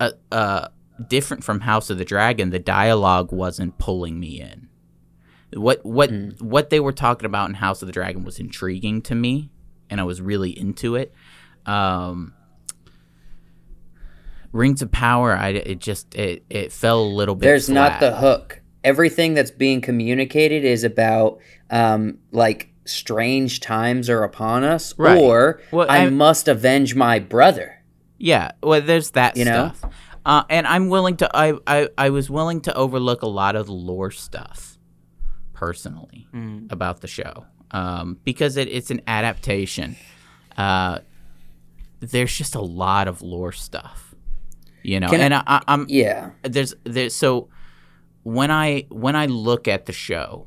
S4: uh, uh different from House of the Dragon, the dialogue wasn't pulling me in. What what
S6: Hmm.
S4: what they were talking about in House of the Dragon was intriguing to me and I was really into it. Um Rings of Power, I it just it it fell a little bit.
S6: There's not
S4: flat.
S6: the hook. Everything that's being communicated is about um like strange times are upon us
S4: Right.
S6: or
S4: Well,
S6: I,
S4: I-
S6: must avenge my brother.
S4: yeah. Well, there's that
S6: You know?
S4: stuff, uh, and I'm willing to. I, I I was willing to overlook a lot of the lore stuff, personally,
S6: Mm.
S4: about the show, um, because it, it's an adaptation. Uh, there's just a lot of lore stuff, you know,
S6: Can I-
S4: and I, I, I'm
S6: Yeah.
S4: there's there's so when I when I look at the show,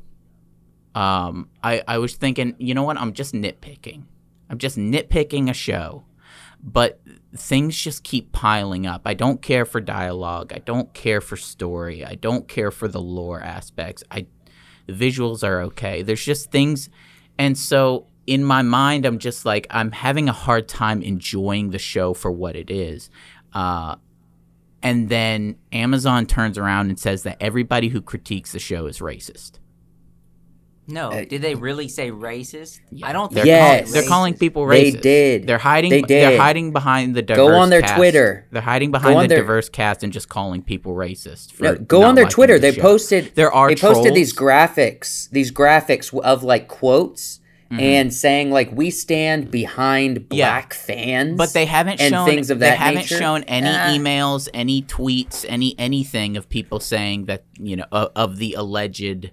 S4: um, I I was thinking, you know what? I'm just nitpicking. I'm just nitpicking a show, but things just keep piling up. I don't care for dialogue. I don't care for story. I don't care for the lore aspects. I the visuals are okay. There's just things and so in my mind I'm just like I'm having a hard time enjoying the show for what it is. Uh and then Amazon turns around and says that everybody who critiques the show is racist.
S5: No,
S6: Uh,
S5: did they really say racist? I don't
S4: They're,
S5: think
S6: Yes.
S4: call- they're calling people
S6: They
S4: racist.
S6: did.
S4: They're hiding.
S6: They
S4: They're
S6: did.
S4: hiding behind the diverse.
S6: Go on their
S4: cast.
S6: Twitter.
S4: They're hiding behind
S6: on
S4: the
S6: their-
S4: diverse cast and just calling people racist. For
S6: No, go
S4: not
S6: on their
S4: liking
S6: Twitter.
S4: the
S6: They
S4: show.
S6: posted
S4: There are
S6: they posted these
S4: trolls.
S6: graphics, these graphics w- of like quotes and saying like we stand behind
S4: Mm-hmm. Yeah.
S6: black fans.
S4: But they haven't
S6: and
S4: shown.
S6: things of
S4: they
S6: that
S4: haven't
S6: nature.
S4: shown any
S6: Ah.
S4: emails, any tweets, any anything of people saying that you know of, of the alleged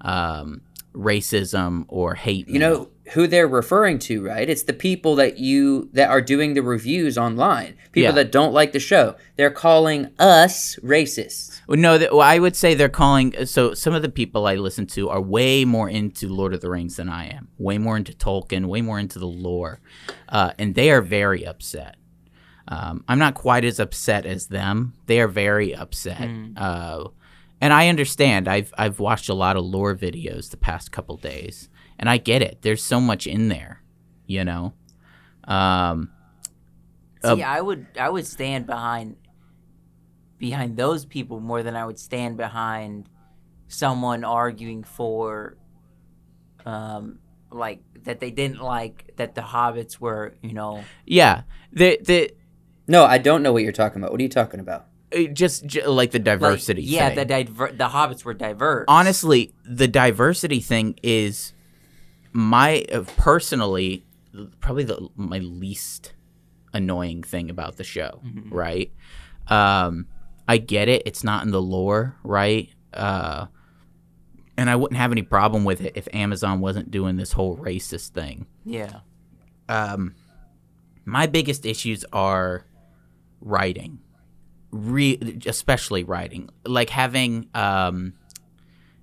S4: um, racism or hate.
S6: you know who they're referring to, right? It's the people that you that are doing the reviews online.
S4: Yeah.
S6: People that don't like the show. They're calling us racists.
S4: Well, No, th- well, I would say they're calling. uh, So some of the people I listen to are way more into Lord of the Rings than I am. Way more into Tolkien. Way more into the lore, uh, and they are very upset. Um, I'm not quite as upset as them. They are very upset,
S5: Hmm.
S4: uh, and I understand. I've I've watched a lot of lore videos the past couple days, and I get it. There's so much in there, you know. Um,
S5: See, I would I would stand behind behind those people more than I would stand behind someone arguing for um like that they didn't like that the hobbits were, you know,
S4: yeah, the the
S6: No, I don't know what you're talking about. What are you talking about?
S4: it just, j like the
S5: like,
S4: diversity.
S5: yeah,
S4: thing.
S5: the diver- the hobbits were diverse.
S4: honestly, the diversity thing is my uh, personally probably the my least annoying thing about the show, right? Um, I get it; it's not in the lore, right? Uh, and I wouldn't have any problem with it if Amazon wasn't doing this whole racist thing
S5: yeah.
S4: um, my biggest issues are writing, Re- especially writing. Like having, um,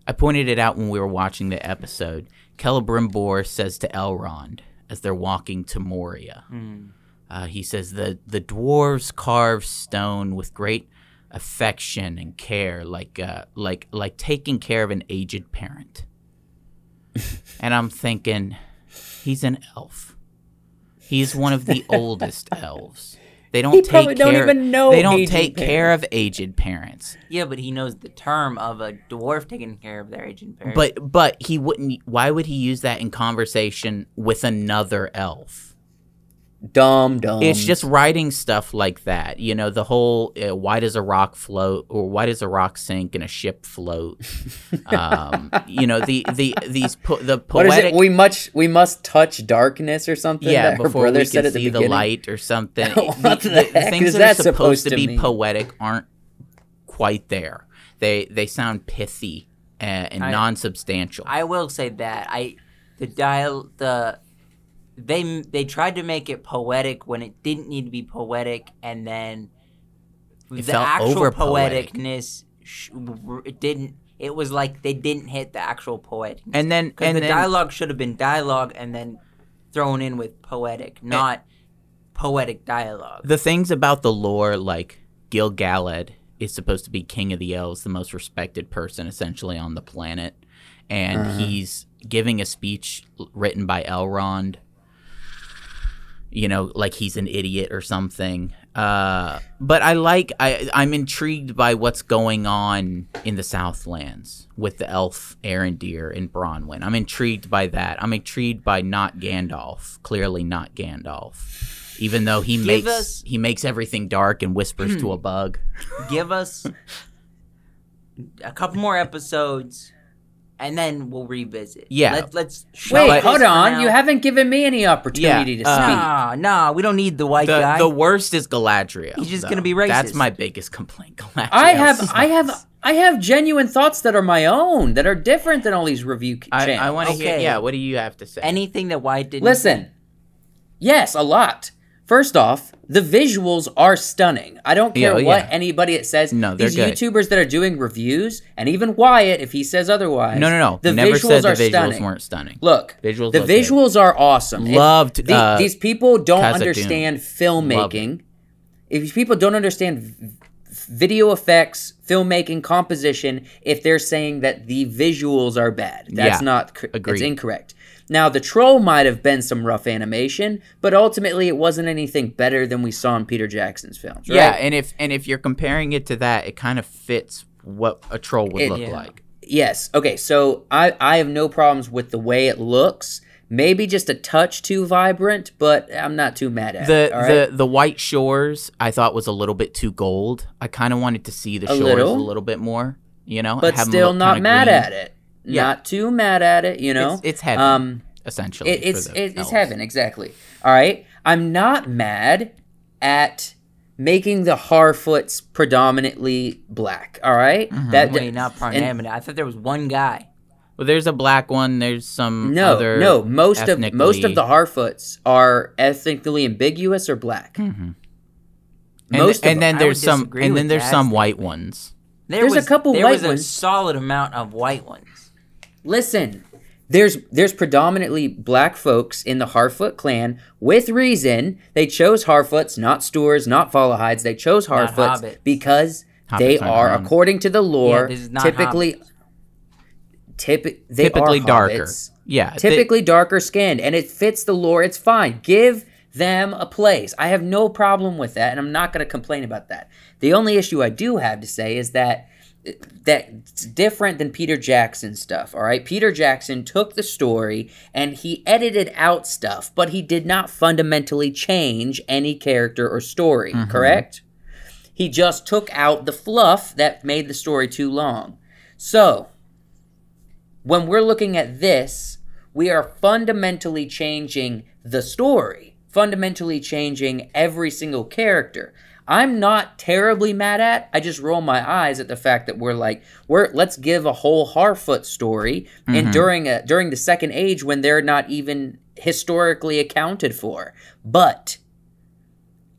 S4: I pointed it out when we were watching the episode. Celebrimbor says to Elrond as they're walking to Moria.
S6: Hmm.
S4: Uh, he says the the dwarves carve stone with great affection and care, like uh, like like taking care of an aged parent.
S6: *laughs*
S4: and I'm thinking, he's an elf. He's one of the
S6: *laughs*
S4: oldest elves. They don't
S6: probably
S4: take
S6: don't
S4: care.
S6: even know
S4: they don't
S6: aged
S4: take care of aged parents.
S5: Yeah, but he knows the term of a dwarf taking care of their agent parent.
S4: But but he wouldn't. Why would he use that in conversation with another elf?
S6: Dumb, dumb.
S4: it's just writing stuff like that you know the whole uh, why does a rock float or why does a rock sink and a ship
S6: *laughs*
S4: float um, you know the the these po- the
S6: what
S4: poetic
S6: is it? We much we must touch darkness or something.
S4: yeah
S6: that her
S4: before
S6: brother
S4: we
S6: said
S4: can
S6: at the
S4: see the,
S6: beginning?
S4: light or
S6: *laughs*
S4: something
S6: What
S4: the,
S6: the
S4: the- the
S6: heck
S4: things
S6: is
S4: that are
S6: that
S4: supposed
S6: supposed
S4: to
S6: to
S4: be
S6: mean?
S4: poetic aren't quite there they they sound pithy uh, and
S5: I-
S4: non-substantial
S5: I will say that I the dial the they they tried to make it poetic when it didn't need to be poetic, and then the
S4: felt
S5: actual
S4: over-poetic.
S5: poeticness sh- r- it didn't. It was like they didn't hit the actual poetic.
S4: and then
S5: because
S4: and
S5: the
S4: then,
S5: dialogue should have been dialogue, and then thrown in with poetic, not poetic dialogue.
S4: the things about the lore, like Gil Galad is supposed to be king of the elves, the most respected person essentially on the planet, and he's giving a speech l- written by Elrond. You know, like he's an idiot or something. Uh, but I like I I'm intrigued by what's going on in the Southlands with the elf Arendir and Bronwyn. I'm intrigued by that. I'm intrigued by not Gandalf, clearly not Gandalf, even though he makes
S5: us- Hmm.
S4: he makes everything dark and whispers to a bug.
S5: Give us a couple more episodes. And then we'll revisit.
S4: Yeah.
S5: Let, let's shelve
S6: Wait,
S5: this
S6: hold
S5: for
S6: on.
S5: now.
S6: You haven't given me any opportunity
S4: Yeah,
S6: to
S4: uh,
S6: speak.
S5: Nah, nah, we don't need the white
S4: The,
S5: guy.
S4: the worst is Galadriel.
S5: He's just
S4: though.
S5: gonna be racist.
S4: That's my biggest complaint. *laughs* Galadriel.
S6: I have,
S4: sucks.
S6: I have, I have genuine thoughts that are my own that are different than all these review c-
S4: I,
S6: channels.
S4: I want to hear.
S5: Okay.
S4: Yeah. What do you have to say?
S5: Anything that white didn't
S6: Listen, yes, a lot, First off, the visuals are stunning. I don't
S4: Yeah,
S6: care
S4: oh,
S6: what
S4: yeah.
S6: anybody it says.
S4: No, they're
S6: these
S4: good.
S6: YouTubers that are doing reviews, and even Wyatt, if he says otherwise,
S4: No, no, no.
S6: the
S4: Never
S6: visuals
S4: said the
S6: are
S4: visuals
S6: stunning.
S4: weren't stunning.
S6: Look,
S4: Visuals
S6: the
S4: look good.
S6: visuals are awesome. If
S4: Loved,
S6: the-
S4: uh,
S6: these people don't
S4: Casa Dune.
S6: understand filmmaking. If these people don't understand v- video effects, filmmaking, composition, if they're saying that the visuals are bad, that's
S4: Yeah,
S6: not cr-
S4: agreed.
S6: that's incorrect. Now the troll might have been some rough animation, but ultimately it wasn't anything better than we saw in Peter Jackson's films. Right?
S4: Yeah, and if and if you're comparing it to that, it kind of fits what a troll would
S6: It-
S4: look
S5: Yeah.
S4: like.
S6: Yes. Okay. So I I have no problems with the way it looks. Maybe just a touch too vibrant, but I'm not too mad at
S4: The
S6: it. all right?
S4: the the white shores I thought was a little bit too gold. I kind of wanted to see the
S6: A
S4: shores
S6: little?
S4: a little bit more, you know,
S6: but
S4: have 'em
S6: still
S4: look
S6: not
S4: kinda
S6: mad
S4: green.
S6: at it.
S4: Yeah.
S6: Not too mad at it. You know.
S4: It's, it's heaven,
S6: um.
S4: essentially.
S6: It,
S4: for
S6: it's
S4: the
S6: it, it's
S4: elves.
S6: heaven exactly. All right. I'm not mad at making the Harfoots predominantly black. All right?
S4: Mm-hmm.
S6: That
S5: Wait, not Parnamina. I thought there was one guy.
S4: Well, there's a black one. There's some
S6: No,
S4: other
S6: no. Most of most of
S4: ethnically-
S6: the Harfoots are ethnically ambiguous or black.
S4: and,
S6: most of
S4: Mm-hmm. and then
S5: I
S4: there's
S5: would
S4: some
S5: disagree
S4: and
S5: with
S4: then there's
S5: that
S4: some
S5: statement.
S4: white ones.
S5: There
S6: There's a
S5: was,
S6: couple
S5: there
S6: white
S5: was a
S6: ones.
S5: solid amount of white ones.
S6: Listen, there's there's predominantly black folks in the Harfoot clan with reason. They chose Harfoots, not Stores, not Falahides. They chose
S5: Not
S6: Harfoots
S5: hobbits.
S6: because
S4: Hobbits
S6: they
S4: aren't
S6: are,
S4: around.
S6: according to the lore,
S5: Yeah, this is not
S6: typically typi- they
S4: Typically
S6: are
S4: darker.
S6: hobbits.
S4: Yeah. they-
S6: Typically darker skinned, and it fits the lore. It's fine. Give them a place. I have no problem with that, and I'm not going to complain about that. The only issue I do have to say is that that's different than Peter Jackson stuff, all right? Peter Jackson took the story and he edited out stuff, but he did not fundamentally change any character or story,
S4: Mm-hmm.
S6: correct? He just took out the fluff that made the story too long. So, when we're looking at this, we are fundamentally changing the story, fundamentally changing every single character. I'm not terribly mad at. I just roll my eyes at the fact that we're like, we're let's give a whole Harfoot story, and during a during the Second Age when they're not even historically accounted for. But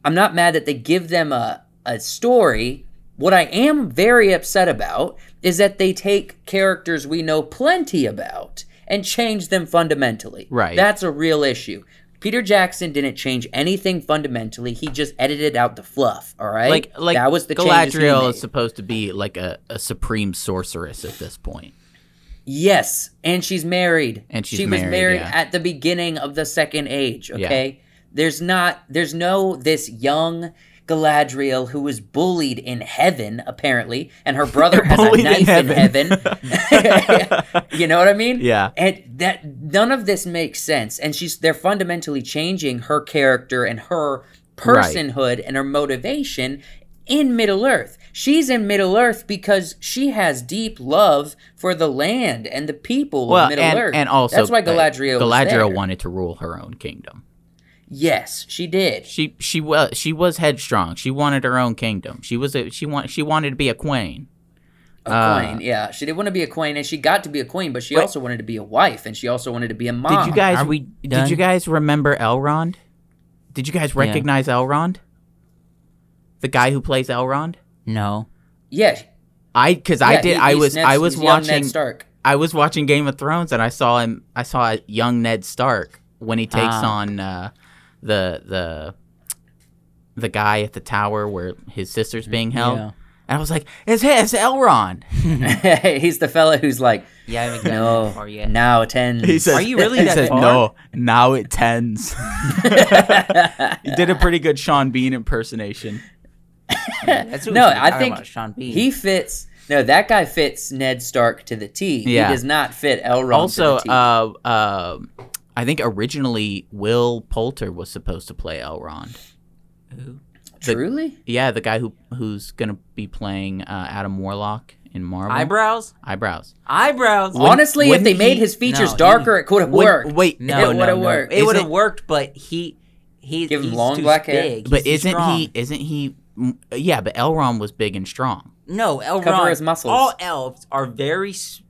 S6: I'm not mad that they give them a, a story. What I am very upset about is that they take characters we know plenty about and change them fundamentally.
S4: Right.
S6: That's a real issue. Peter Jackson didn't change anything fundamentally. He just edited out the fluff. All right.
S4: like like
S6: that was the changes he
S4: Galadriel
S6: made.
S4: is supposed to be like a, a supreme sorceress at this point.
S6: Yes, and she's married.
S4: And she's
S6: she was
S4: married,
S6: married
S4: yeah.
S6: at the beginning of the second age.
S4: Yeah.
S6: Okay, there's not there's no this young Galadriel who was bullied in heaven apparently, and
S4: *laughs*
S6: her brother has a
S4: Bullied in
S6: knife in heaven.
S4: *laughs*
S6: *laughs*
S4: heaven.
S6: you know what I mean?
S4: Yeah.
S6: And that none of this makes sense, and she's they're fundamentally changing her character and her personhood and her motivation in Middle Earth. She's in Middle Earth because she has deep love for the land and the people
S4: Well,
S6: of Middle
S4: and,
S6: Earth.
S4: and also
S6: that's why
S4: uh,
S6: Galadriel. was
S4: Galadriel
S6: there.
S4: wanted to rule her own kingdom.
S6: Yes, she did.
S4: She she was she was headstrong. She wanted her own kingdom. She was a, she want she wanted to be a queen.
S6: A
S4: Uh,
S6: queen. Yeah, she did want to be a queen, and she got to be a queen, but she also wanted to be a wife, and she also wanted to be a mom.
S4: Did you guys
S5: are we
S4: did
S5: done?
S4: you guys remember Elrond? Did you guys recognize Elrond? The guy who plays Elrond?
S5: No.
S6: Yeah.
S4: I because
S6: yeah,
S4: I did
S6: he-
S4: I
S6: he's
S4: was
S6: Ned-
S4: I was
S6: he's young Ned
S4: watching
S6: Stark. *laughs*
S4: I was watching Game of Thrones and I saw him. I saw young Ned Stark when he takes
S5: Ah.
S4: on uh, the the the guy at the tower where his sister's being held.
S5: Mm, yeah.
S4: And I was like, "It's him, it's Elrond."
S6: he's the fella
S4: *laughs*
S6: who's like,
S5: Yeah, I haven't gotten that
S6: no,
S5: far yet.
S6: now ten.
S5: "Are you really that far?"
S4: now it tends." *laughs*
S6: *laughs*
S4: he did a pretty good Sean Bean impersonation.
S5: That's who
S6: No,
S5: we should be
S6: I
S5: talking
S6: think
S5: about, Sean Bean.
S6: He fits. No, that guy fits Ned Stark to the T.
S4: Yeah.
S6: He does not fit Elrond.
S4: Also,
S6: to the T.
S4: uh, uh, I think originally Will Poulter was supposed to play Elrond. the-
S6: truly,
S4: Yeah, the guy who who's gonna be playing uh, Adam Warlock in Marvel.
S5: eyebrows,
S4: Eyebrows.
S5: eyebrows.
S6: honestly, if
S4: wouldn't
S6: they made
S4: he-
S6: his features
S5: no,
S6: darker, it could have
S4: Wouldn't-
S6: worked.
S4: Wait,
S5: no,
S6: it
S5: no,
S6: would've
S5: no.
S6: worked.
S5: It would have
S4: Isn't-
S5: worked, but he, he,
S6: Give him
S5: he's
S6: long
S5: too
S6: black hair.
S5: big. He's
S4: but
S5: too
S4: isn't
S5: strong.
S4: he? Isn't he? mm, Yeah, but Elrond was big and strong.
S5: No, Elrond.
S6: Cover his muscles.
S5: All elves are very s-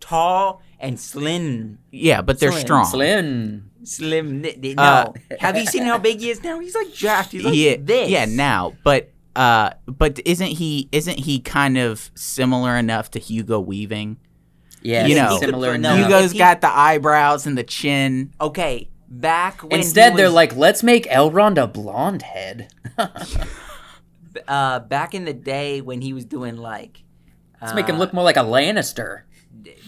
S5: tall and slim.
S4: Yeah, but they're
S5: Slim.
S4: strong.
S6: Slim.
S5: Slim. ni- ni- No.
S4: Uh,
S5: Have you seen how big he is now? He's like jacked. He's like
S4: yeah,
S5: this.
S4: yeah. Now, but uh, but isn't he isn't he kind of similar enough to Hugo Weaving?
S6: Yeah,
S4: You
S6: it's
S4: know,
S6: similar.
S5: No,
S6: enough.
S5: Hugo-
S4: Hugo's
S5: he-
S4: got the eyebrows and the chin.
S5: Okay. Back when he
S6: Instead, they're
S5: was-
S6: like, let's make Elrond a blonde head. let's
S5: uh, back in the day when he was doing like. Let's
S6: make him look more like a Lannister.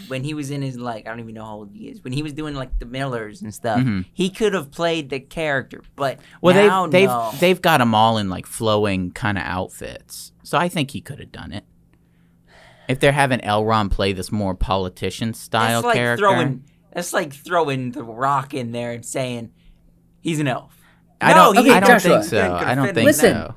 S5: when he was in his like I don't even know how old he is. When he was doing like the Millers and stuff,
S4: Mhm.
S5: he could have played the character, but
S4: Well,
S5: now
S4: they've they've
S5: no.
S4: they've got them all in like flowing kind of outfits, so I think he could have done it. If they're having Elrond play this more politician style
S5: that's like
S4: character,
S5: throwing that's like throwing the rock in there and saying he's an elf.
S4: I
S5: No,
S4: don't,
S5: he-
S4: I don't
S6: Joshua.
S4: think so. I don't think
S6: Listen.
S4: so.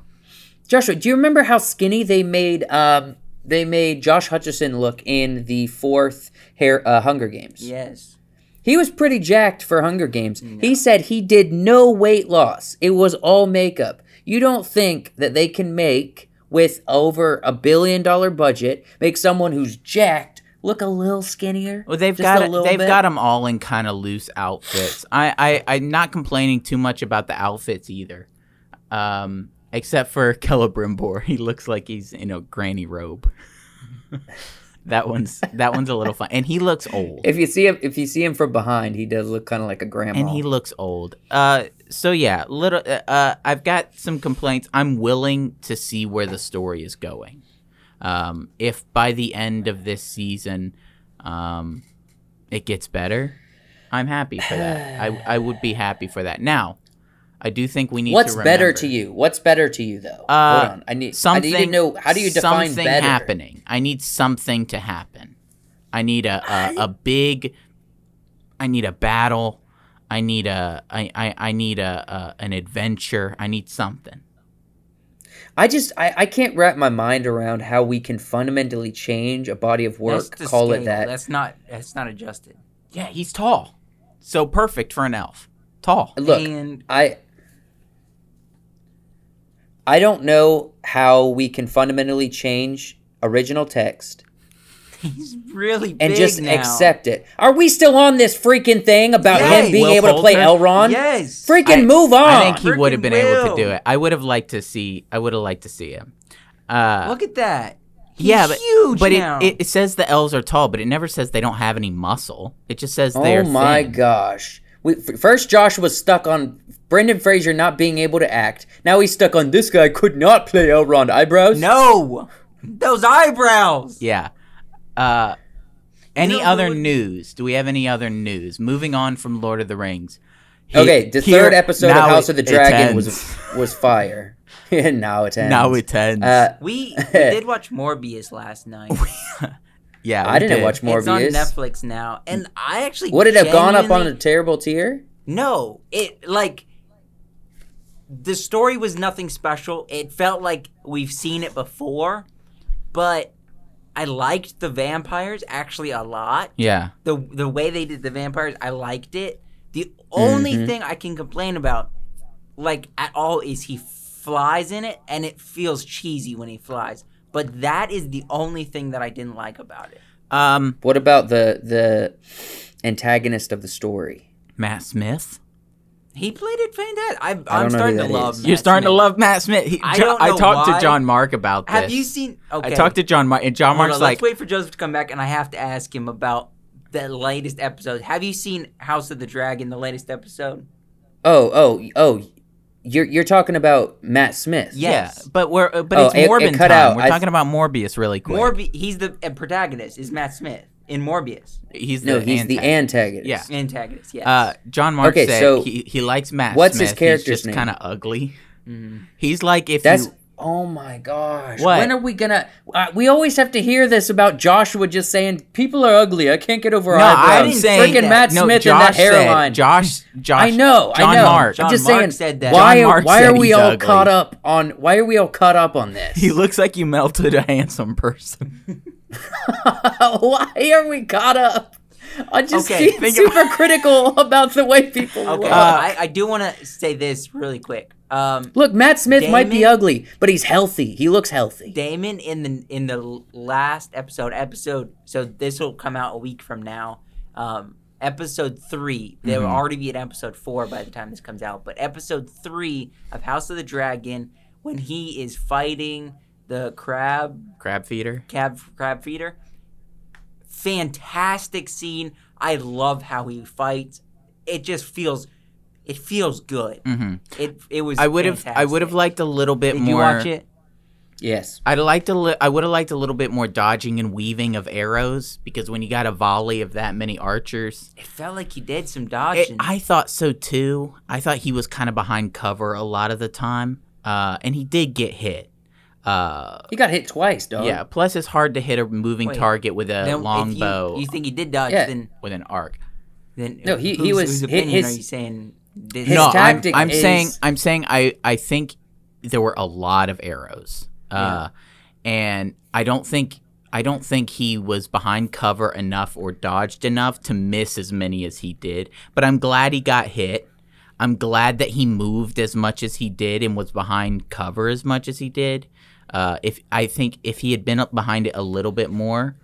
S6: Joshua, do you remember how skinny they made um they made Josh Hutcherson look in the fourth Hair uh, Hunger Games?
S5: Yes.
S6: He was pretty jacked for Hunger Games. He said he did no weight loss. It was all makeup. You don't think that they can make with over a billion dollar budget make someone who's jacked look a little skinnier?
S4: Well, they've
S6: Just
S4: got
S6: a
S4: it-
S6: little
S4: they've
S6: bit?
S4: got them all in kind of loose outfits. I, I I'm not complaining too much about the outfits either, um, except for *laughs* Celebrimbor. He looks like he's in a granny robe. *laughs* that one's that one's a little fun, and he looks old.
S6: If you see him, if you see him from behind, he does look kind of like a grandma.
S4: and he looks old. Uh, so yeah, little. uh, Uh, I've got some complaints. I'm willing to see where the story is going. Um, if by the end of this season, um, it gets better, I'm happy for that. I I would be happy for that. Now, I do think we need.
S6: What's
S4: to
S6: better
S4: remember
S6: to you? What's better to you though?
S4: Uh,
S6: Hold on, I need
S4: Something.
S6: I need to know how do you define
S4: something
S6: better?
S4: happening? I need something to happen. I need a a, a big. I need a battle. I need a I I, I need a, a an adventure. I need something.
S6: I just I, I can't wrap my mind around how we can fundamentally change a body of
S5: That's
S6: work.
S5: the
S6: Call it
S5: scale.
S6: that.
S5: That's not that's not adjusted.
S4: Yeah, he's tall, so perfect for an elf. Tall.
S6: Look,
S5: and
S6: I I don't know how we can fundamentally change original text
S5: he's really big
S6: and just
S5: now.
S6: accept it. Are we still on this freaking thing about
S5: Yes.
S6: him being
S4: Will
S6: able to play
S4: Poulter?
S6: Elrond?
S5: Yes.
S6: Freaking
S4: I-
S6: move on.
S4: I think he would have
S5: Freaking
S4: been able to
S5: Will.
S4: do it. I would have liked to see. I would have liked to see him. Uh,
S5: Look at that. He's
S4: yeah, but
S5: huge
S4: but
S5: now.
S4: it, it says the elves are tall, but it never says they don't have any muscle. It just says
S6: oh
S4: they're.
S6: my
S4: thin.
S6: gosh. We, f- first Josh was stuck on Brendan Fraser not being able to act. Now he's stuck on this guy could not play Elrond eyebrows.
S5: no. Those eyebrows.
S4: Yeah. Uh, any
S5: know,
S4: other
S5: Lord-
S4: news? Do we have any other news? Moving on from Lord of the Rings. He-
S6: Okay, the
S4: here-
S6: third episode of
S4: now
S6: House of
S4: it-
S6: the
S4: it
S6: Dragon was
S4: ends.
S6: was fire. *laughs* and now it ends.
S4: *laughs* now it ends.
S6: Uh,
S5: We,
S6: *laughs*
S5: we did watch Morbius last night.
S4: yeah,
S6: I
S4: we
S6: didn't
S4: Oh, did.
S6: watch Morbius.
S5: It's on Netflix now, and I actually
S6: Would it have gone up on a
S5: genuinely-
S6: terrible tier?
S5: No, it like the story was nothing special. It felt like we've seen it before, but I liked the vampires actually a lot.
S4: Yeah,
S5: The the way they did the vampires, I liked it. The only
S6: Mm-hmm.
S5: thing I can complain about, like at all, is he flies in it, and it feels cheesy when he flies. But that is the only thing that I didn't like about it.
S4: um,
S6: What about the the antagonist of the story?
S4: Matt Smith.
S5: He played it fantastic. I,
S6: know who
S5: I'm starting to
S6: that
S5: love.
S6: is.
S5: Matt
S4: You're starting to
S5: Smith.
S4: love Matt Smith. He,
S5: I
S4: Jo-
S5: don't know
S4: talked
S5: why.
S4: to John Mark about this.
S5: Have you seen? Okay.
S4: I talked to John Mark, and John
S5: Hold
S4: Mark's
S5: on,
S4: like,
S5: let's wait for Joseph to come back, and I have to ask him about the latest episode. Have you seen House of the Dragon? The latest episode.
S6: Oh, oh, oh! You're you're talking about Matt Smith?
S5: Yeah. yes.
S4: yeah, but we're uh, but
S6: Oh,
S4: it's
S6: it- it
S4: Morbin
S6: cut
S4: time.
S6: out.
S4: We're
S6: I-
S4: talking about Morbius really quick.
S5: Morbi- he's the uh, protagonist. Is Matt Smith in Morbius?
S4: he's
S6: No,
S4: the
S6: he's the
S4: antagonist.
S6: antagonist.
S4: Yeah.
S5: Antagonist. Yes.
S4: Uh, John Mark
S6: Okay,
S4: said
S6: so
S4: he, he likes Matt.
S6: what's his
S4: Smith.
S6: character's
S4: He's
S6: name?
S4: just kind of ugly.
S5: Mhm.
S4: He's like if
S6: That's.
S4: you,
S6: Oh my gosh!
S4: What?
S6: When are we gonna? Uh, we always have to hear this about Joshua just saying people are ugly. I can't get over
S4: no,
S6: eyebrows.
S4: I'm saying
S6: freaking Matt
S4: no,
S6: Smith
S4: Josh
S6: and that hairline.
S4: Said, Josh, Josh,
S6: I know,
S4: John
S6: I know.
S4: Mark.
S6: I'm
S5: John
S6: just
S5: Mark
S6: saying.
S5: said that.
S6: Why?
S4: John Mark
S6: why are
S4: said
S6: we
S4: he's
S6: all
S4: ugly.
S6: caught up on? Why are we all caught up on this?
S4: He looks like you melted a handsome person.
S6: *laughs* Why are we caught up? I just
S5: Okay,
S6: get
S5: think
S6: super critical *laughs* about the way people
S5: Okay,
S6: look.
S5: I, I do want to say this really quick. Um,
S6: Look, Matt Smith might be
S5: Damon-
S6: ugly, but he's healthy. He looks healthy.
S5: Damon in the in the l- last episode, episode so this will come out a week from now. Um, episode three, there will already be an episode four by the time this comes out. But episode three of House of the Dragon, when he is fighting the crab
S4: *laughs* Crab feeder.
S5: crab crab feeder. Fantastic scene. I love how he fights. It just feels, it feels good.
S4: hmm
S5: It it was.
S4: I would have. I would have
S5: fantastic.
S4: liked a little bit
S5: Did
S4: more.
S5: you watch it?
S6: Yes.
S4: I'd liked a li- I would have liked a little bit more dodging and weaving of arrows because when you got a volley of that many archers,
S5: It felt like he did some
S4: it-
S5: dodging.
S4: I thought so too. I thought he was kind of behind cover a lot of the time, uh, and he did get hit. Uh,
S6: He got hit twice, dog.
S4: yeah. Plus, it's hard to hit a moving
S5: Wait,
S4: target with a
S5: Then
S4: long
S5: if you,
S4: bow
S5: You think he did dodge?
S6: Yeah.
S5: Then
S4: with an arc.
S5: then
S6: No, he-
S5: whose-
S6: he was-
S5: Whose
S6: his-
S5: opinion
S6: his-
S5: are you saying? This,
S6: his
S4: no, I'm-
S6: tactic
S4: I'm, saying
S6: is-
S4: I'm saying I I think there were a lot of arrows, uh, and I don't think I don't think he was behind cover enough or dodged enough to miss as many as he did. But I'm glad he got hit. I'm glad that he moved as much as he did and was behind cover as much as he did. Uh, if I think if he had been up behind it a little bit more,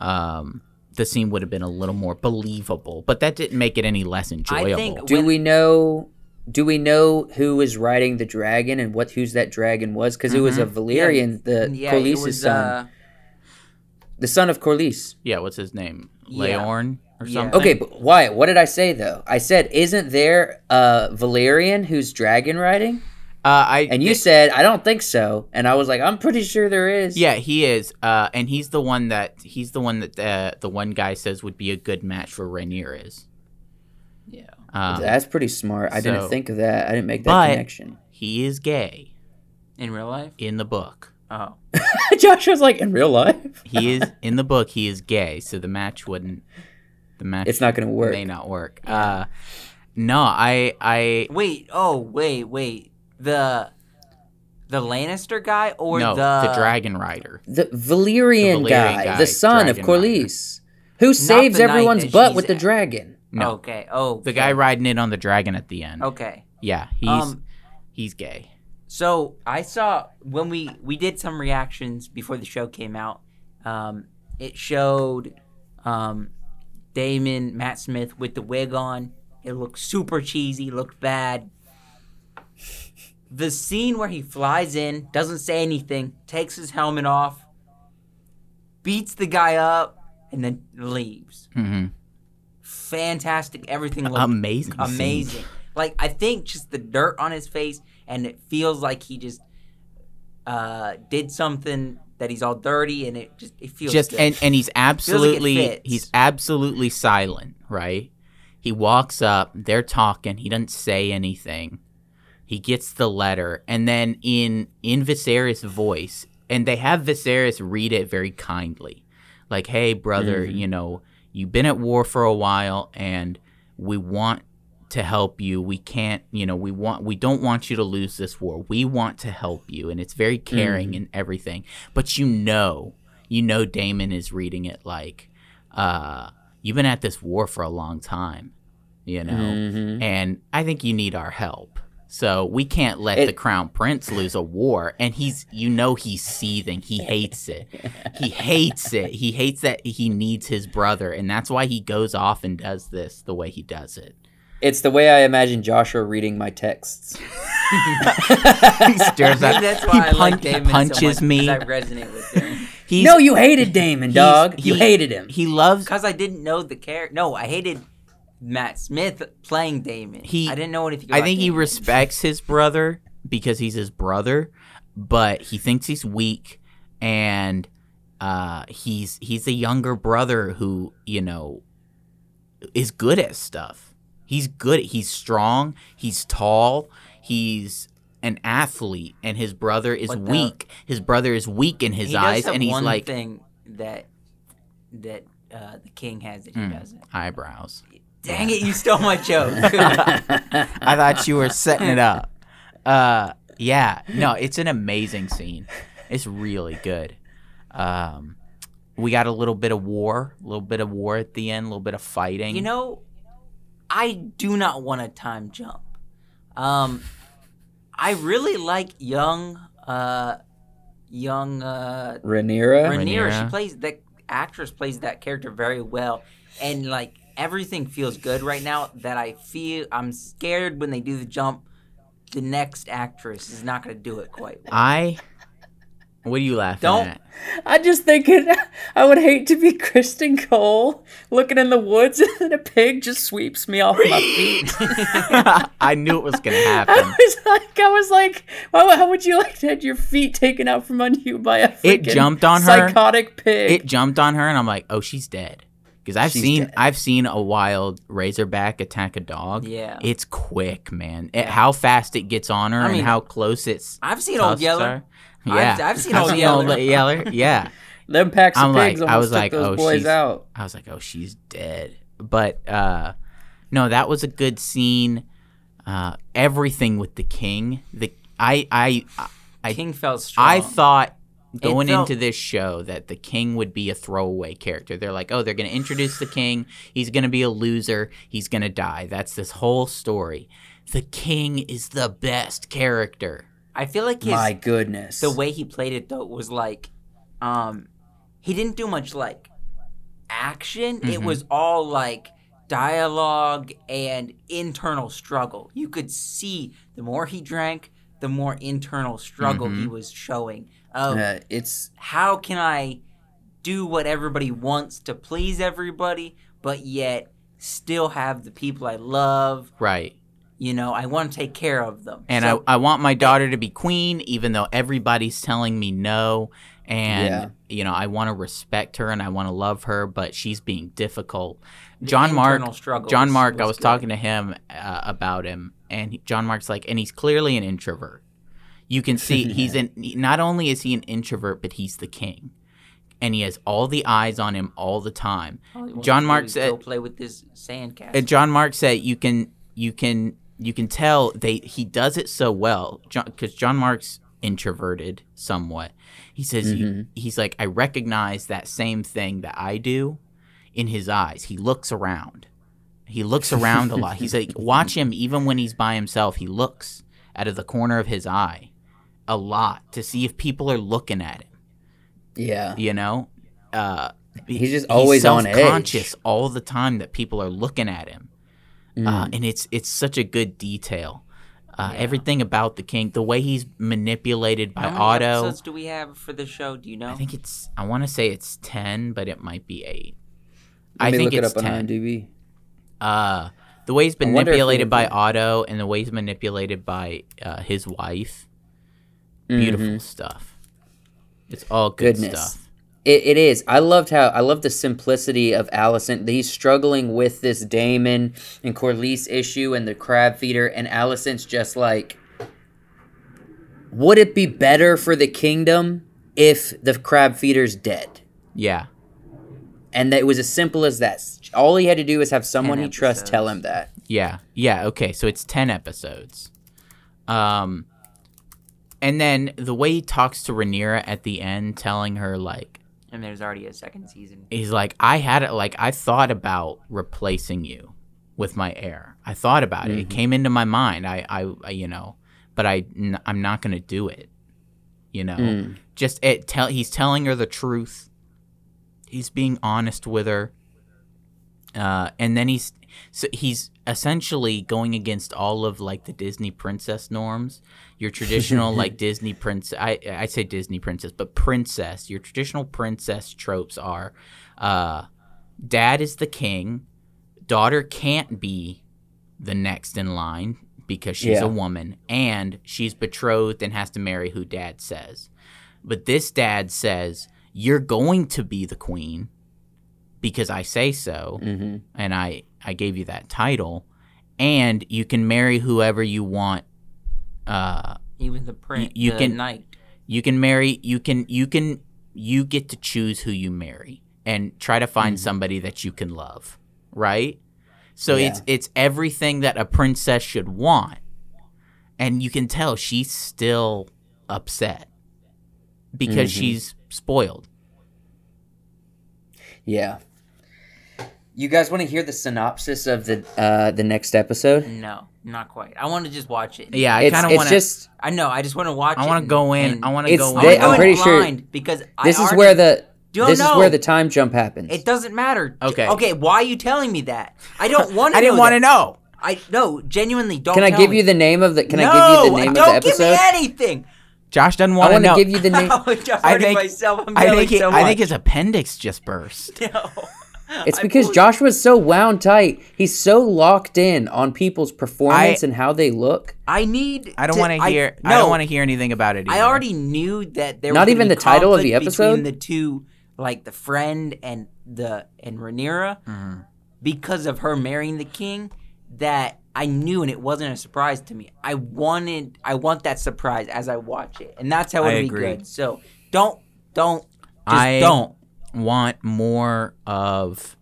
S4: um, the scene would have been a little more believable. But that didn't make it any less enjoyable.
S5: think-
S6: Do
S5: When-
S6: we know? Do we know who was riding the dragon and what who's that dragon was? Because it was a Valyrian, the
S5: Mm-hmm. yeah, it
S6: Corlys's
S5: was,
S6: son,
S5: uh,
S6: the son of Corlys.
S4: Yeah, what's his name?
S5: Yeah.
S4: Leorn or
S5: Yeah.
S4: something.
S6: Okay, but Wyatt, what did I say though? I said, isn't there a Valyrian who's dragon riding?
S4: Uh, I
S6: And you said, I don't think so. And I was like, I'm pretty sure there is.
S4: yeah, he is. Uh, and he's the one that he's the one that uh, the one guy says would be a good match for Rainier is.
S5: Yeah.
S4: Um,
S6: That's pretty smart. I
S4: So-
S6: didn't think of that. I didn't make that
S4: But-
S6: connection. *laughs*
S4: he is gay
S5: in real life.
S4: in the book.
S5: Oh,
S6: Josh was like, in real life, *laughs*
S4: He is in the book. He is gay, so the match wouldn't. The match
S6: it's not going to work.
S4: may not work. Uh, no, I I
S5: wait. Oh, wait, wait. The the Lannister guy or
S4: no
S5: the
S4: the Dragon Rider.
S6: The Valyrian,
S4: Valyrian
S6: guy,
S4: guy,
S6: the son of
S4: dragon rider.
S6: Corlys, who saves
S5: the knight
S6: everyone's
S5: that
S6: butt
S5: she's
S6: with the
S5: at.
S6: dragon.
S4: No,
S5: Okay. Oh,
S4: the guy riding in on the dragon at the end.
S5: Okay.
S4: Yeah, he's
S5: Um,
S4: he's gay.
S5: So I saw when we we did some reactions before the show came out. Um, it showed um, Damon Matt Smith with the wig on. It looked super cheesy. Looked bad. The scene where he flies in, doesn't say anything, takes his helmet off, beats the guy up, and then leaves.
S4: Mhm.
S5: Fantastic. Everything looked
S4: Amazing, scene.
S5: amazing. Like I think just the dirt on his face, and it feels like he just uh did something that he's all dirty, and it just it feels
S4: just
S5: good.
S4: and and he's absolutely
S5: fits.
S4: he's absolutely silent, right? He walks up, they're talking, he doesn't say anything. He gets the letter and then in in Viserys' voice, and they have Viserys read it very kindly. Like, "Hey brother, you know, you've been at war for a while and we want to help you. We can't, you know, we want we don't want you to lose this war. We want to help you and it's very caring and everything. But you know, you know Damon is reading it like uh you've been at this war for a long time, you know. And I think you need our help. So we can't let
S6: It-
S4: the crown prince lose a war and he's you know he's seething. He hates it. he hates it. He hates that he needs his brother and that's why he goes off and does this the way he does it.
S6: It's the way I imagine Joshua reading my texts.
S4: he stares
S5: *laughs* I
S4: at
S5: think *laughs* that's why
S4: he
S5: I
S4: pun-
S5: like
S4: he
S5: Damon so
S4: punches
S5: much,
S4: me.
S5: 'cause I resonate with
S4: *laughs*
S5: him
S4: He's,
S6: no, you hated Damon,
S4: he's-
S6: dog. you
S4: he-
S6: hated him.
S4: He loves
S5: because I didn't know the character. No, I hated Matt Smith playing Damon.
S4: He-
S5: I didn't know anything.
S4: I
S5: about
S4: think he
S5: Damon.
S4: respects his brother because he's his brother, but he thinks he's weak and uh, he's he's a younger brother who, you know, is good at stuff. He's good. He's strong. He's tall. He's an athlete, and his brother is
S5: But the-
S4: weak. His brother is weak in his
S5: He does
S4: eyes,
S5: have
S4: and he's
S5: one
S4: like
S5: thing that that uh, the king has that he
S4: Mm.
S5: doesn't.
S4: eyebrows.
S5: Dang it! You stole my
S4: *laughs*
S5: joke.
S4: I thought you were setting it up. Uh, yeah, no, it's an amazing scene. It's really good. Um, we got a little bit of war, a little bit of war at the end, a little bit of fighting.
S5: You know, I do not want a time jump. Um, I really like young, uh, young uh,
S6: Rhaenyra.
S5: Rhaenyra.
S4: Rhaenyra.
S5: She plays the actress plays that character very well, and like everything feels good right now. That I feel I'm scared when they do the jump. The next actress is not going to do it quite. well.
S4: I. What are you laughing
S5: Don't-
S4: at? *laughs*
S6: I just think it, *laughs* I would hate to be *laughs* Kristen Cole looking in the woods *laughs* and a pig just sweeps me off my
S4: *laughs*
S6: feet.
S4: I knew it was gonna
S6: I
S4: happen.
S6: was like, I was like, why, how would you like to have your feet taken out from under you by a
S4: It
S6: freaking
S4: jumped on her.
S6: psychotic pig?
S4: It jumped on her, and I'm like, oh, she's dead. Because I've
S6: She's
S4: seen
S6: dead.
S4: I've seen a wild razorback attack a dog.
S5: Yeah.
S4: it's quick, man. It- how fast it gets on her,
S5: I
S4: and
S5: mean,
S4: how close it's.
S5: I've seen old
S4: tusks
S5: Yeller.
S4: are. Yeah,
S5: I've, I've seen old
S4: old
S5: Yeller. *laughs*
S4: Yeller. Yeah.
S6: Them packs
S4: I'm
S6: of
S4: like-
S6: pigs
S4: I
S6: almost
S4: was
S6: took
S4: like,
S6: those
S4: oh,
S6: boys
S4: she's-
S6: out.
S4: I was like, oh, she's dead. But uh, no, that was a good scene. Uh, everything with the king. The I I I-
S5: King felt strong.
S4: I thought going
S5: felt-
S4: into this show that the king would be a throwaway character. They're like, oh, they're going to introduce the king. He's going to be a loser. He's going to die. That's this whole story. The king is the best character.
S5: I feel like his
S6: My goodness.
S5: the way he played it though was like um he didn't do much like action it
S4: Mhm.
S5: was all like dialogue and internal struggle you could see the more he drank the more internal struggle
S4: Mm-hmm.
S5: he was showing of
S6: Uh, it's
S5: how can i do what everybody wants to please everybody but yet still have the people i love
S4: Right.
S5: you know i want to take care of them
S4: And
S5: So-
S4: I, I want my daughter to be queen, even though everybody's telling me no. And,
S6: Yeah.
S4: you know, I want to respect her and I want to love her, but she's being difficult.
S5: the
S4: John Mark
S5: internal struggle
S4: John
S5: was-
S4: Mark, I was
S5: good.
S4: talking to him uh, about him, and he- John Mark's like, and he's clearly an introvert. You can see
S5: *laughs*
S4: he's an. Not only is he an introvert, but he's the king, and he has all the eyes on him all the time.
S5: All Oh, he wants
S4: John
S5: to do
S4: Mark
S5: is
S4: said-
S5: "Go play with this sandcastle."
S4: And John Mark said, you can, you can, you can tell they he does it so well, because John Mark's introverted somewhat. He says you- he's like, I recognize that same thing that I do in his eyes. He looks around. He looks around a lot. He's like, watch him even when he's by himself. He looks out of the corner of his eye a lot to see if people are looking at him.
S6: yeah.
S4: You know, uh,
S6: He's just always on edge.
S4: self-conscious all the time that people are looking at him, uh,
S6: Mm.
S4: and it's it's such a good detail. Uh, Everything about the king, the way he's manipulated by
S5: How many
S4: Otto.
S5: episodes do we have for the show? Do you know?
S4: I think it's. I want to say it's ten, but it might be eight.
S6: Let
S4: I
S6: me
S4: think
S6: look
S4: it's
S6: it up on
S4: ten.
S6: IMDb.
S4: Uh, the way he's
S6: I wonder if we
S4: manipulated
S6: would
S4: by
S6: do-
S4: Otto and the way he's manipulated by uh, his wife. Beautiful stuff. It's all good
S6: Mm-hmm. Goodness.
S4: stuff.
S6: It, it is. I loved how I love the simplicity of Allison. He's struggling with this Damon and Corliss issue and the crab feeder, and Allison's just like, would it be better for the kingdom if the crab feeder's dead?
S4: Yeah.
S6: And that it was as simple as that. All he had to do was have someone he trusts tell him that.
S4: Yeah. Yeah. Okay. So it's 10 episodes. Um, and then the way he talks to Rhaenyra at the end, telling her, like,
S5: and there's already a second season.
S4: he's like, I had it, like, I thought about replacing you with my heir. I thought about it. It came into my mind. I, I, I you know, but I, n- I'm not going to do it. You know,
S6: Mm.
S4: just it tell, he's telling her the truth. He's being honest with her. Uh, and then he's so he's essentially going against all of like the Disney princess norms. Your traditional like Disney prince I I say Disney princess, but princess. Your traditional princess tropes are uh dad is the king, daughter can't be the next in line because she's
S6: Yeah.
S4: a woman and she's betrothed and has to marry who dad says. But this dad says, "You're going to be the queen." Because I say so,
S6: Mm-hmm.
S4: and I I gave you that title, and you can marry whoever you want. Uh,
S5: Even the print,
S4: you
S5: the
S4: can-
S5: knight.
S4: you can marry. You can you can you get to choose who you marry and try to
S6: Mm-hmm.
S4: find somebody that you can love, right? So
S6: Yeah.
S4: it's it's everything that a princess should want, and you can tell she's
S6: Mm-hmm.
S4: still upset because she's spoiled.
S6: Yeah. You guys want to hear the synopsis of the uh, the next episode?
S5: No, not quite. I want to just watch it.
S4: Yeah, I
S6: it's
S4: kind of
S6: it's
S4: want to.
S6: just
S5: I know. I just want to watch.
S4: I
S5: it
S4: want to
S5: and-
S4: go in.
S5: and-
S4: I want to
S6: It's
S4: go
S6: I
S5: wanna
S6: they-
S4: in.
S5: go
S6: I'm
S5: in
S6: pretty sure-
S5: blind because I
S6: this is
S5: already-
S6: where the
S5: Don't
S6: this is
S5: know.
S6: where the time jump happens.
S5: It doesn't matter. J-
S4: Okay.
S5: Okay. Why are you telling me that?
S4: *laughs*
S5: I don't want.
S4: I didn't
S5: want
S4: to know.
S5: I no. Genuinely, don't.
S6: can I
S5: tell
S6: give
S5: me.
S6: you the name of the Can
S5: no,
S6: I give you the name of
S5: don't
S6: the episode?
S5: give me anything.
S4: Josh doesn't
S6: I
S4: want to
S6: want to
S4: know.
S6: give you the
S5: *laughs*
S6: name.
S5: I'm
S4: *laughs* I
S5: hurting
S4: think.
S5: myself. I'm
S4: I think.
S5: yelling
S4: It,
S5: so
S4: I think
S5: much.
S4: his appendix just burst.
S5: *laughs* No.
S6: It's
S5: I
S6: because
S5: pulled-
S6: Josh was so wound tight. He's so locked in on people's performance and how they look. *laughs*
S5: I need.
S4: I don't
S5: to-
S4: want to hear. I,
S5: no,
S4: don't want to hear anything about it. Either.
S5: I already knew that there. was
S6: Not
S5: gonna
S6: even
S5: be
S6: the title of the
S5: conflict
S6: episode?
S5: between the two, like the friend and the and Rhaenyra,
S4: Mm-hmm.
S5: because of her marrying the king. That I knew, and it wasn't a surprise to me. I wanted. I want that surprise as I watch it, and that's how
S4: I
S5: it'll be
S4: agree.
S5: good. So don't, don't, just
S4: I-
S5: don't.
S4: want more of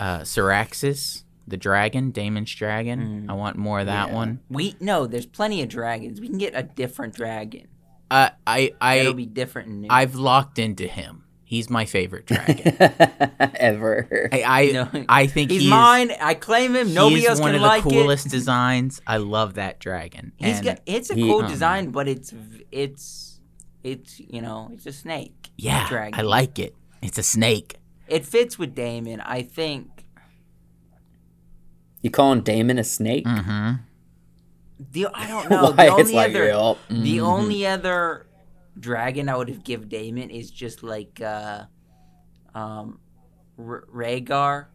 S4: uh, Syraxis, the dragon, Damon's dragon.
S5: Mm.
S4: I want more of that one.
S5: We no. There's plenty of dragons. We can get a different dragon.
S4: Uh, I I
S5: It'll be different. And new.
S4: I've locked into him. He's my favorite
S5: *laughs*
S4: dragon.
S6: Ever.
S4: I I,
S5: No.
S4: I think
S5: He's mine. I claim him. Nobody
S4: he's
S5: else
S4: one
S5: can
S4: of
S5: like
S4: the
S5: it.
S4: coolest designs. I love that dragon.
S5: He's
S4: And-
S5: got, it's a
S6: he- um,
S5: cool
S4: oh,
S5: design, but it's v- it's it's you know it's a snake.
S4: yeah,
S5: dragon.
S4: I like it. It's a snake.
S5: It fits with Damon, I think.
S6: You calling Damon a snake?
S4: hmm
S5: Mm-hmm. The I
S6: *laughs*
S5: don't know. the only other
S6: yup.
S5: the only other dragon I would have give Damon is just like uh um R- Rhaegar,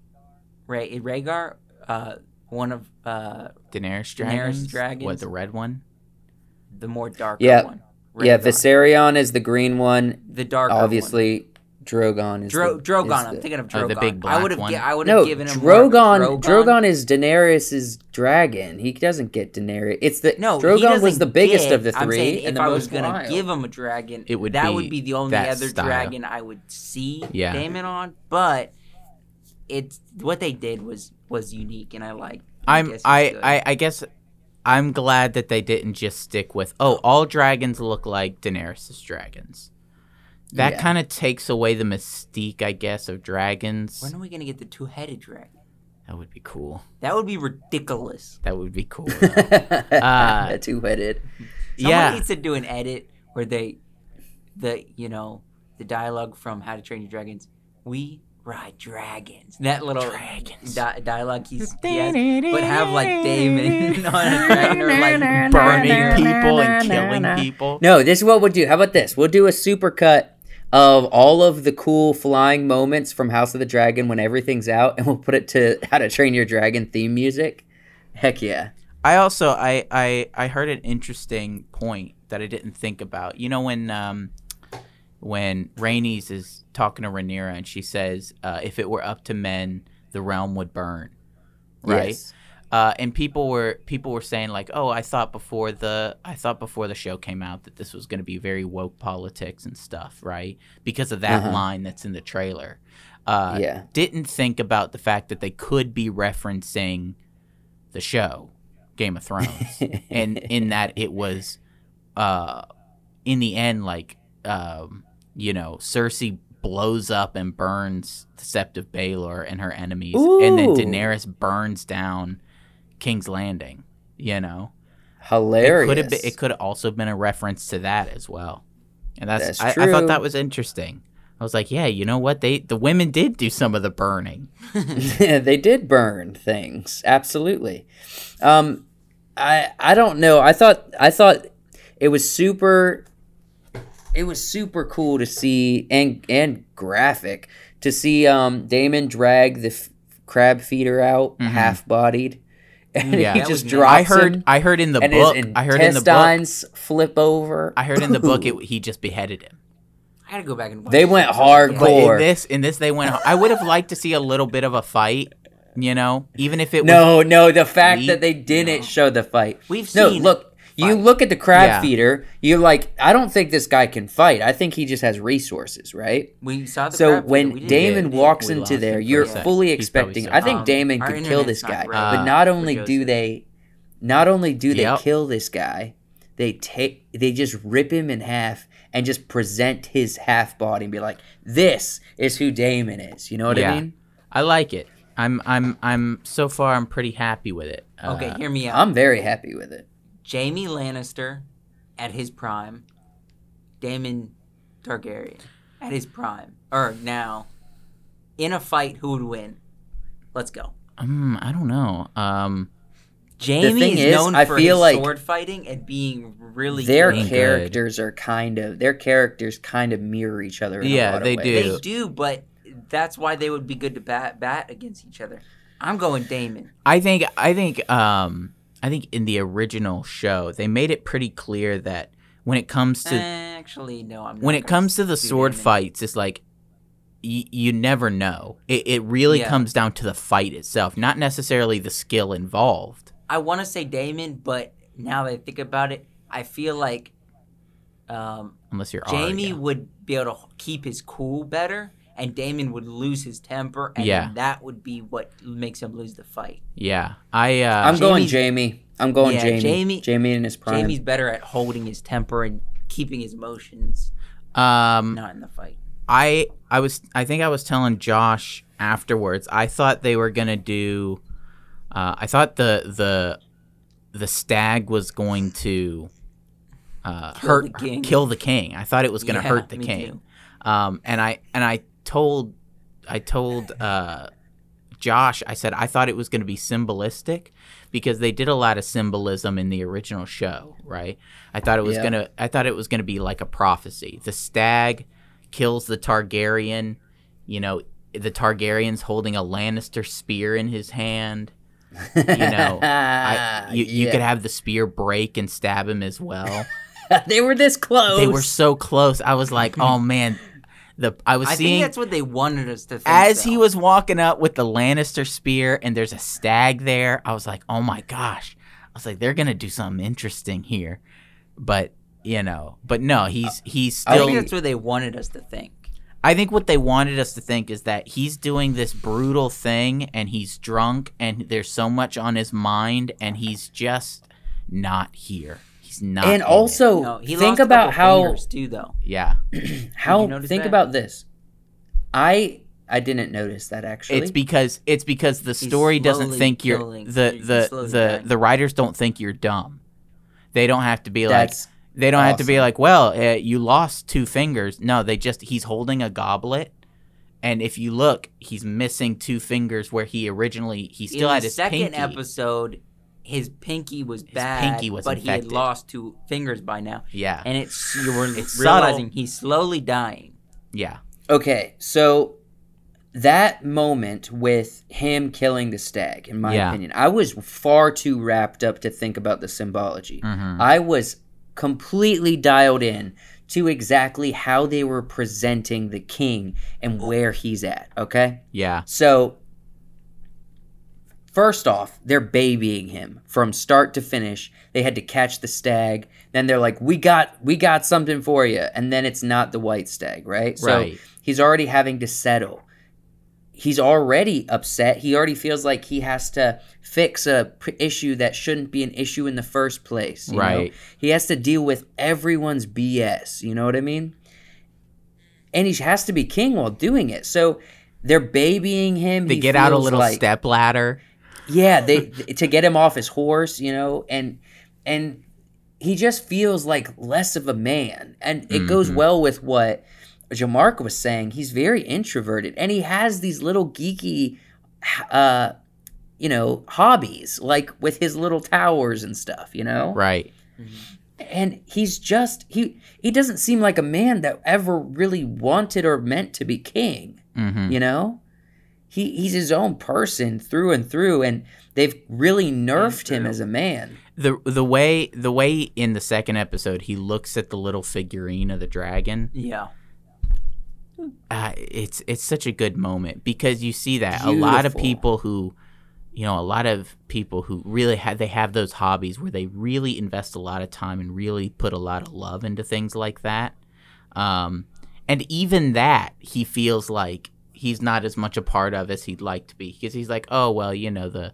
S5: Ray Rhaegar, uh one of uh
S4: Daenerys dragons. What
S5: dragons.
S4: the red one?
S5: the more darker
S6: Yeah.
S5: one.
S6: Mm. Yeah,
S5: Rhaegar.
S6: Viserion is the green one.
S5: the darker one.
S6: Obviously, Drogon is
S5: Dro-
S6: the,
S5: Drogon.
S6: is
S5: I'm
S6: the-
S5: thinking of
S4: Oh,
S5: Drogon.
S4: the big
S5: I
S4: black
S5: would have.
S4: one.
S5: Gi- I would have
S6: No,
S5: given him more of
S6: Drogon. Drogon is Daenerys's dragon. He doesn't get Daenerys. It's the
S5: No, he
S6: Drogon was
S5: doesn't
S6: the biggest
S5: get-
S6: of the
S5: I'm
S6: 3
S5: saying if
S6: and the
S5: I
S6: most
S5: was gonna
S6: wild. *laughs*
S5: give him a dragon,
S4: It would
S5: that
S4: be
S5: would be the only
S4: that
S5: other
S4: style.
S5: dragon I would see
S4: Yeah.
S5: Damon on. But it's what they did was was unique, and I like.
S4: I'm I, I I guess I'm glad that they didn't just stick with oh all dragons look like Daenerys' dragons. That
S6: Yeah.
S4: kind of takes away the mystique, I guess, of dragons.
S5: When are we gonna get the two headed dragon?
S4: that would be cool.
S5: That would be ridiculous.
S4: That would be cool. though. Uh,
S6: *laughs* Two-headed.
S5: Someone
S4: yeah,
S5: needs to do an edit where they, the you know, the dialogue from How to Train Your Dragons. We ride dragons. That little
S4: Dragons.
S5: Di- dialogue he's he has,
S4: *laughs*
S5: but have like Damon *laughs* on a dragon or like
S4: burning people and killing people.
S6: No, this is what we'll do. How about this? We'll do a supercut of all of the cool flying moments from House of the Dragon when everything's out, and we'll put it to *laughs* How to Train Your Dragon theme music. Heck yeah!
S4: I also I, I I heard an interesting point that I didn't think about. You know when um when Rhaenys is talking to Rhaenyra and she says, uh, "If it were up to men, the realm would burn." Right.
S6: Yes.
S4: Uh, and people were people were saying like, "Oh, I thought before the I thought before the show came out that this was going to be very woke politics and stuff, right? Because of that
S6: Uh-huh.
S4: line that's in the trailer." Uh,
S6: yeah. *laughs*
S4: didn't think about the fact that they could be referencing the show Game of
S6: *laughs*
S4: Thrones, and in that it was, uh, in the end, like um, you know, Cersei blows up and burns the Sept of Baelor and her enemies, and then
S6: Ooh.
S4: Daenerys burns down King's Landing. You know,
S6: Hilarious.
S4: it could have been, it could have also been a reference to that as well, and that's,
S6: That's
S4: I, I
S6: true.
S4: thought that was interesting. I was like, yeah, you know what? They the women did do some of the burning.
S6: *laughs* they did burn things. Absolutely. Um, I I don't know. I thought I thought it was super. It was super cool to see and and graphic to see um Damon drag the f- crab feeder out
S4: Mm-hmm.
S6: half bodied, and
S4: Yeah.
S6: he
S4: That
S5: was
S6: just
S5: nice.
S6: drops
S4: I heard.
S6: him,
S4: I heard in the
S6: and
S4: book.
S6: his
S4: I heard in the book.
S6: intestines flip over.
S4: I heard in the
S6: *laughs*
S4: book it, he just beheaded him.
S5: I gotta go back and watch.
S6: They
S5: this
S6: went
S5: episode again.
S4: But
S6: Gore.
S4: in this, in this, they went. I would have liked to see a little bit of a fight. You know, even if it was.
S6: No, no, the fact
S4: We-
S6: that they didn't show the fight.
S5: We've
S6: no,
S5: seen
S6: look, you look at the crab
S4: Yeah.
S6: feeder, you're like, I don't think this guy can fight. I think he just has resources, right?
S5: We saw the
S6: So
S5: crab feeder. We
S6: when
S5: didn't
S6: Damon
S5: get it.
S6: walks
S4: We
S6: into
S4: lost
S6: there,
S4: him for
S6: you're
S4: a sec.
S6: fully
S4: He's probably
S6: expecting.
S4: so-
S6: I think
S5: Um,
S6: Damon
S5: our
S6: could kill
S5: internet's
S6: this guy,
S5: not right.
S6: but
S4: Uh,
S6: not only
S5: Joe's
S6: do
S5: in.
S6: they, not only do they
S4: Yep.
S6: kill this guy, they take, they just rip him in half and just present his half body and be like, "This is who Damon is." You know what I
S4: Yeah.
S6: mean?
S4: I like it. I'm I'm I'm so far I'm pretty happy with it. Uh,
S5: Okay, hear me out.
S6: I'm very happy with it.
S5: Jamie Lannister at his prime, Damon Targaryen at his prime, or now, in a fight, who would win? Let's go.
S4: mm, I don't know. Um
S5: Jamie
S6: thing
S5: is,
S6: is,
S5: known
S6: I
S5: for
S6: feel
S5: his
S6: like
S5: sword fighting and being really
S6: Their
S5: good.
S4: ain't good.
S6: characters are kind of their characters kind of mirror each other. In
S4: Yeah,
S6: a lot
S4: they
S6: of ways.
S4: do.
S5: They do, but that's why they would be good to bat bat against each other. I'm going Damon.
S4: I think I think um I think in the original show they made it pretty clear that when it comes
S5: Uh,
S4: to
S5: Eh, Actually, no, I'm. Not
S4: when it
S5: gonna
S4: comes to the
S5: do
S4: sword
S5: Damon.
S4: fights, it's like y- you never know. It, it really
S5: Yeah.
S4: comes down to the fight itself, not necessarily the skill involved.
S5: I want to say Damon, but now that I think about it, I feel like um,
S4: Unless you're
S5: Jamie
S4: Arya.
S5: would be able to keep his cool better, and Damon would lose his temper, and
S4: Yeah.
S5: that would be what makes him lose the fight.
S4: Yeah, I. Uh,
S6: I'm going
S5: Jamie's-
S6: Jamie. I'm going
S5: Yeah,
S6: Jamie. Jamie.
S5: Jamie-
S6: in his prime. *laughs*
S5: Jamie's better at holding his temper and keeping his emotions
S4: um,
S5: not in the fight.
S4: I I was I think I was telling Josh afterwards. I thought they were gonna do. Uh, I thought the the the stag was going to uh,
S5: Kill
S4: hurt
S5: the king.
S4: kill the king. I thought it was gonna
S5: Yeah,
S4: hurt the
S5: me
S4: king.
S5: too.
S4: Um, and I and I told I told uh, Josh. I said I thought it was gonna be symbolistic because they did a lot of symbolism in the original show, right? I thought it was
S6: Yeah.
S4: gonna I thought it was gonna be like a prophecy. The stag kills the Targaryen. You know, the Targaryen's holding a Lannister spear in his hand. You know,
S6: *laughs*
S4: I, you, you could have the spear break and stab him as well.
S6: they were this close.
S4: They were so close. I was like, oh man, the I was
S5: I think
S4: seeing
S5: that's what they wanted us to think.
S4: as he
S5: though.
S4: was walking up with the Lannister spear, and there's a stag there. I was like, oh my gosh. I was like, they're gonna do something interesting here, but you know, but no, he's he's
S6: I
S5: I
S4: still.
S5: think that's what they wanted us to think.
S4: I think what they wanted us to think is that he's doing this brutal thing and he's drunk and there's so much on his mind and he's just not here. He's not. in
S6: and
S4: it.
S6: also
S5: No, he
S6: think
S5: lost a couple
S6: about how
S5: fingers too, though.
S4: yeah,
S5: Did you
S6: how
S5: notice
S6: think
S5: that?
S6: about this. I I didn't notice that actually.
S4: it's because it's because the story doesn't
S5: slowly
S4: think you're
S5: killing-
S4: the
S5: he's
S4: the
S5: slowly
S4: the
S5: dying.
S4: the writers don't think you're dumb. They don't have to be like
S6: that's
S4: They don't have to be like, well, uh, you lost two fingers. No, they just he's holding a goblet, and if you look, he's missing two fingers where he originally he still
S5: in
S4: had
S5: the
S4: his
S5: second
S4: pinky.
S5: episode, his pinky was bad,
S4: pinky was
S5: but he
S4: infected.
S5: had lost two fingers by now,
S4: yeah,
S5: and it's you were
S4: It's
S5: realizing
S4: subtle.
S5: he's slowly dying.
S4: yeah,
S6: okay. So that moment with him killing the stag, in my
S4: Yeah.
S6: opinion, I was far too wrapped up to think about the symbology.
S4: Mhm.
S6: I was completely dialed in to exactly how they were presenting the king and where he's at. Okay.
S4: yeah,
S6: So, first off, they're babying him from start to finish. They had to catch the stag. Then they're like, "We got, we got something for you." And then it's not the white stag, right?
S4: Right.
S6: So he's already having to settle. He's already upset. He already feels like he has to fix a p- issue that shouldn't be an issue in the first place. you know?
S4: Right.
S6: He has to deal with everyone's BS. You know what I mean? And he has to be king while doing it. So they're babying him.
S4: they
S6: He
S4: get out a
S6: feels
S4: little
S6: like-
S4: step ladder.
S6: Yeah, they
S4: *laughs*
S6: to get him off his horse, you know, and and he just feels like less of a man. And it goes
S4: Mm-hmm.
S6: well with what Jamark was saying. He's very introverted, and he has these little geeky, uh, you know, hobbies like with his little towers and stuff. You know,
S4: Right,
S6: and he's just he he doesn't seem like a man that ever really wanted or meant to be king
S4: Mhm.
S6: you know he he's his own person through and through and they've really nerfed him as a man
S4: the the way the way in the second episode he looks at the little figurine of the dragon. *laughs*
S5: Yeah,
S4: uh, it's it's such a good moment because you see that a lot of
S6: Beautiful.
S4: people who you know a lot of people who really have they have those hobbies where they really invest a lot of time and really put a lot of love into things like that um and even that he feels like he's not as much a part of as he'd like to be because he's like oh well you know the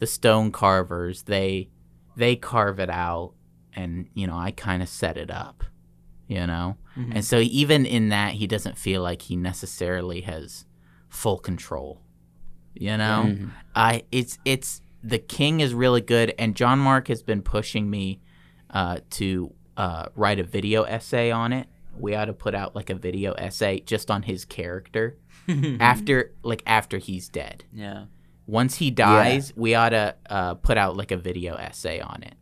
S4: the stone carvers they they carve it out and you know i kind of set it up you know?
S5: Mhm.
S4: And so even in that, he doesn't feel like he necessarily has full control, you know?
S6: Mhm.
S4: I it's it's the king is really good, and John Mark has been pushing me uh, to uh, write a video essay on it. We ought to put out like a video essay just on his character
S5: Mm-hmm.
S4: after like after he's dead.
S5: yeah.
S4: Once he dies, we ought to uh, put out like a video essay on it.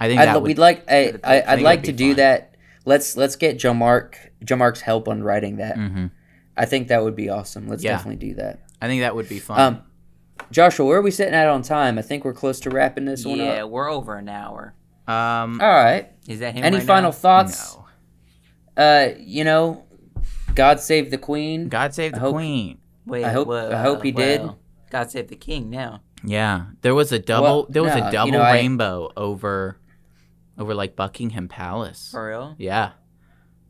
S4: I think
S6: I'd,
S4: that
S6: l-
S4: would,
S6: we'd like. I,
S4: that'd be- I
S6: I,
S4: think
S6: I'd
S4: that'd
S6: like
S4: be
S6: to do
S4: fun.
S6: that. Let's let's get Joe Mark Joe Mark's help on writing that.
S4: Mhm.
S6: I think that would be awesome. Let's
S4: Yeah.
S6: definitely do that.
S4: I think that would be fun.
S6: Um, Joshua, where are we sitting at on time? I think we're close to wrapping this one uh,
S5: Yeah,
S6: up.
S5: we're over an hour.
S4: Um,
S6: All right.
S5: Is that him?
S6: Any
S5: right
S6: final
S5: now?
S6: thoughts?
S4: no.
S6: Uh, you know, God save the Queen.
S4: God save the
S6: I hope-
S4: queen.
S5: Wait,
S6: I hope-
S5: whoa,
S6: I hope he did.
S5: whoa. God save the king. Now,
S4: Yeah, there was a double.
S6: Well,
S4: there was
S6: no,
S4: a
S6: you
S4: double
S6: know, I-
S4: rainbow over, over like Buckingham Palace.
S5: for real.
S4: Yeah,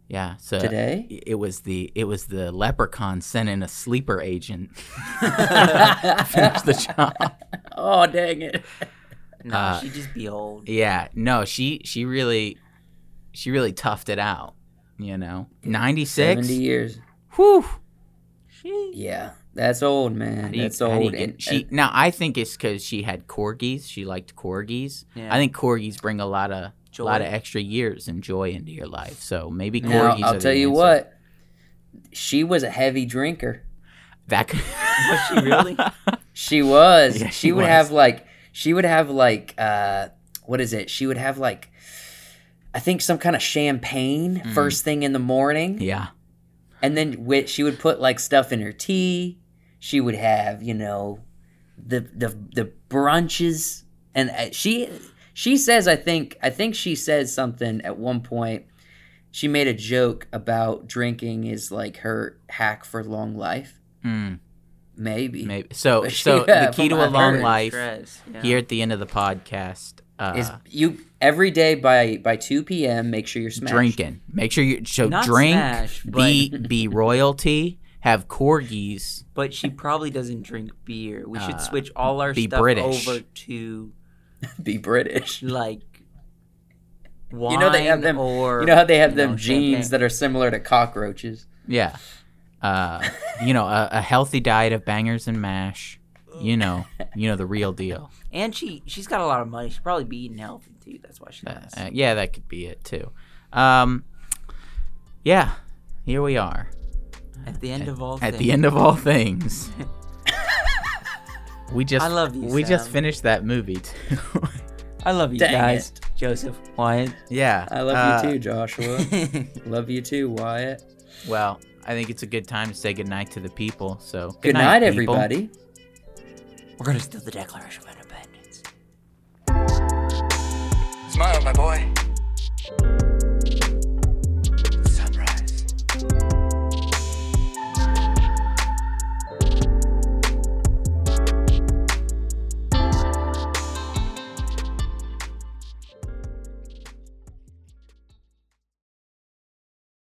S4: yeah. So
S6: Today?
S4: it was the it was the leprechaun sent in a sleeper agent.
S6: *laughs*
S4: *laughs* Finish the job.
S6: Oh dang it!
S5: No,
S4: Uh,
S5: she just
S4: *laughs*
S5: be old.
S4: Yeah, no, she she really, she really toughed it out. You know, ninety six.
S6: Seventy years.
S4: Whew.
S5: She.
S6: Yeah, that's old, man.
S4: How do you-
S6: that's
S4: how do you
S6: old.
S4: get-
S6: and,
S4: she
S6: and-
S4: now I think it's because she had corgis. She liked corgis.
S5: Yeah.
S4: I think corgis bring a lot of a
S5: Joy.
S4: lot of extra years and joy into your life. So maybe corgis.
S6: now
S4: are
S6: I'll
S4: the
S6: tell you
S4: answer.
S6: what. She was a heavy drinker.
S4: That could. *laughs*
S5: Was she really?
S6: She was.
S4: Yeah,
S6: she
S4: she
S6: would
S4: was.
S6: have like she would have like uh what is it? She would have like I think some kind of champagne
S4: Mm.
S6: first thing in the morning.
S4: yeah.
S6: And then wi- she would put like stuff in her tea. She would have, you know, the the the brunches and uh, she she says I think I think she says something at one point. She made a joke about drinking is like her hack for long life. *laughs*
S4: Mm,
S6: Maybe.
S4: maybe. So
S6: But
S4: so
S6: yeah,
S4: the key
S6: from
S4: to a
S6: what I've
S4: long *laughs*
S6: heard,
S4: life
S5: Stress, yeah.
S4: here at the end of the podcast. Uh,
S6: is you every day by by 2 p.m. make sure you're smashed.
S4: drinking. Make sure you so
S5: Not
S4: drink,
S5: smash, but-
S4: be be royalty, have corgis.
S5: But she probably doesn't drink beer. We
S6: Ah,
S4: Uh,
S5: should switch all our
S4: be
S5: stuff
S4: British.
S5: over to
S6: *laughs* Be British.
S5: like wine
S6: You know they have them.
S5: or
S6: you know how they have
S5: you
S6: them
S5: know,
S6: genes
S5: champagne.
S6: that are similar to cockroaches.
S4: Yeah. Uh, you know, a, a healthy diet of bangers and mash. You know, you know the real
S6: *laughs*
S4: deal.
S5: and she she's got a lot of money. She'd probably be eating healthy too. That's why she
S4: Uh,
S5: does.
S4: uh, yeah, that could be it too. Um, yeah, here we are
S5: at the end of all
S4: at the
S5: things.
S4: end of all
S6: *laughs*
S4: things. we just
S5: I love you,
S4: we just
S5: Sam.
S4: finished that movie too. *laughs*
S5: I love you
S6: Dang
S5: guys, Joseph Wyatt. *laughs*
S4: yeah,
S6: I love
S4: uh,
S6: you too, Joshua. love you too, Wyatt.
S4: Well, I think it's a good time to say goodnight to the people. So
S6: Good, night,
S4: people.
S6: everybody.
S5: We're gonna steal the Declaration of Independence.
S3: Smile, my boy.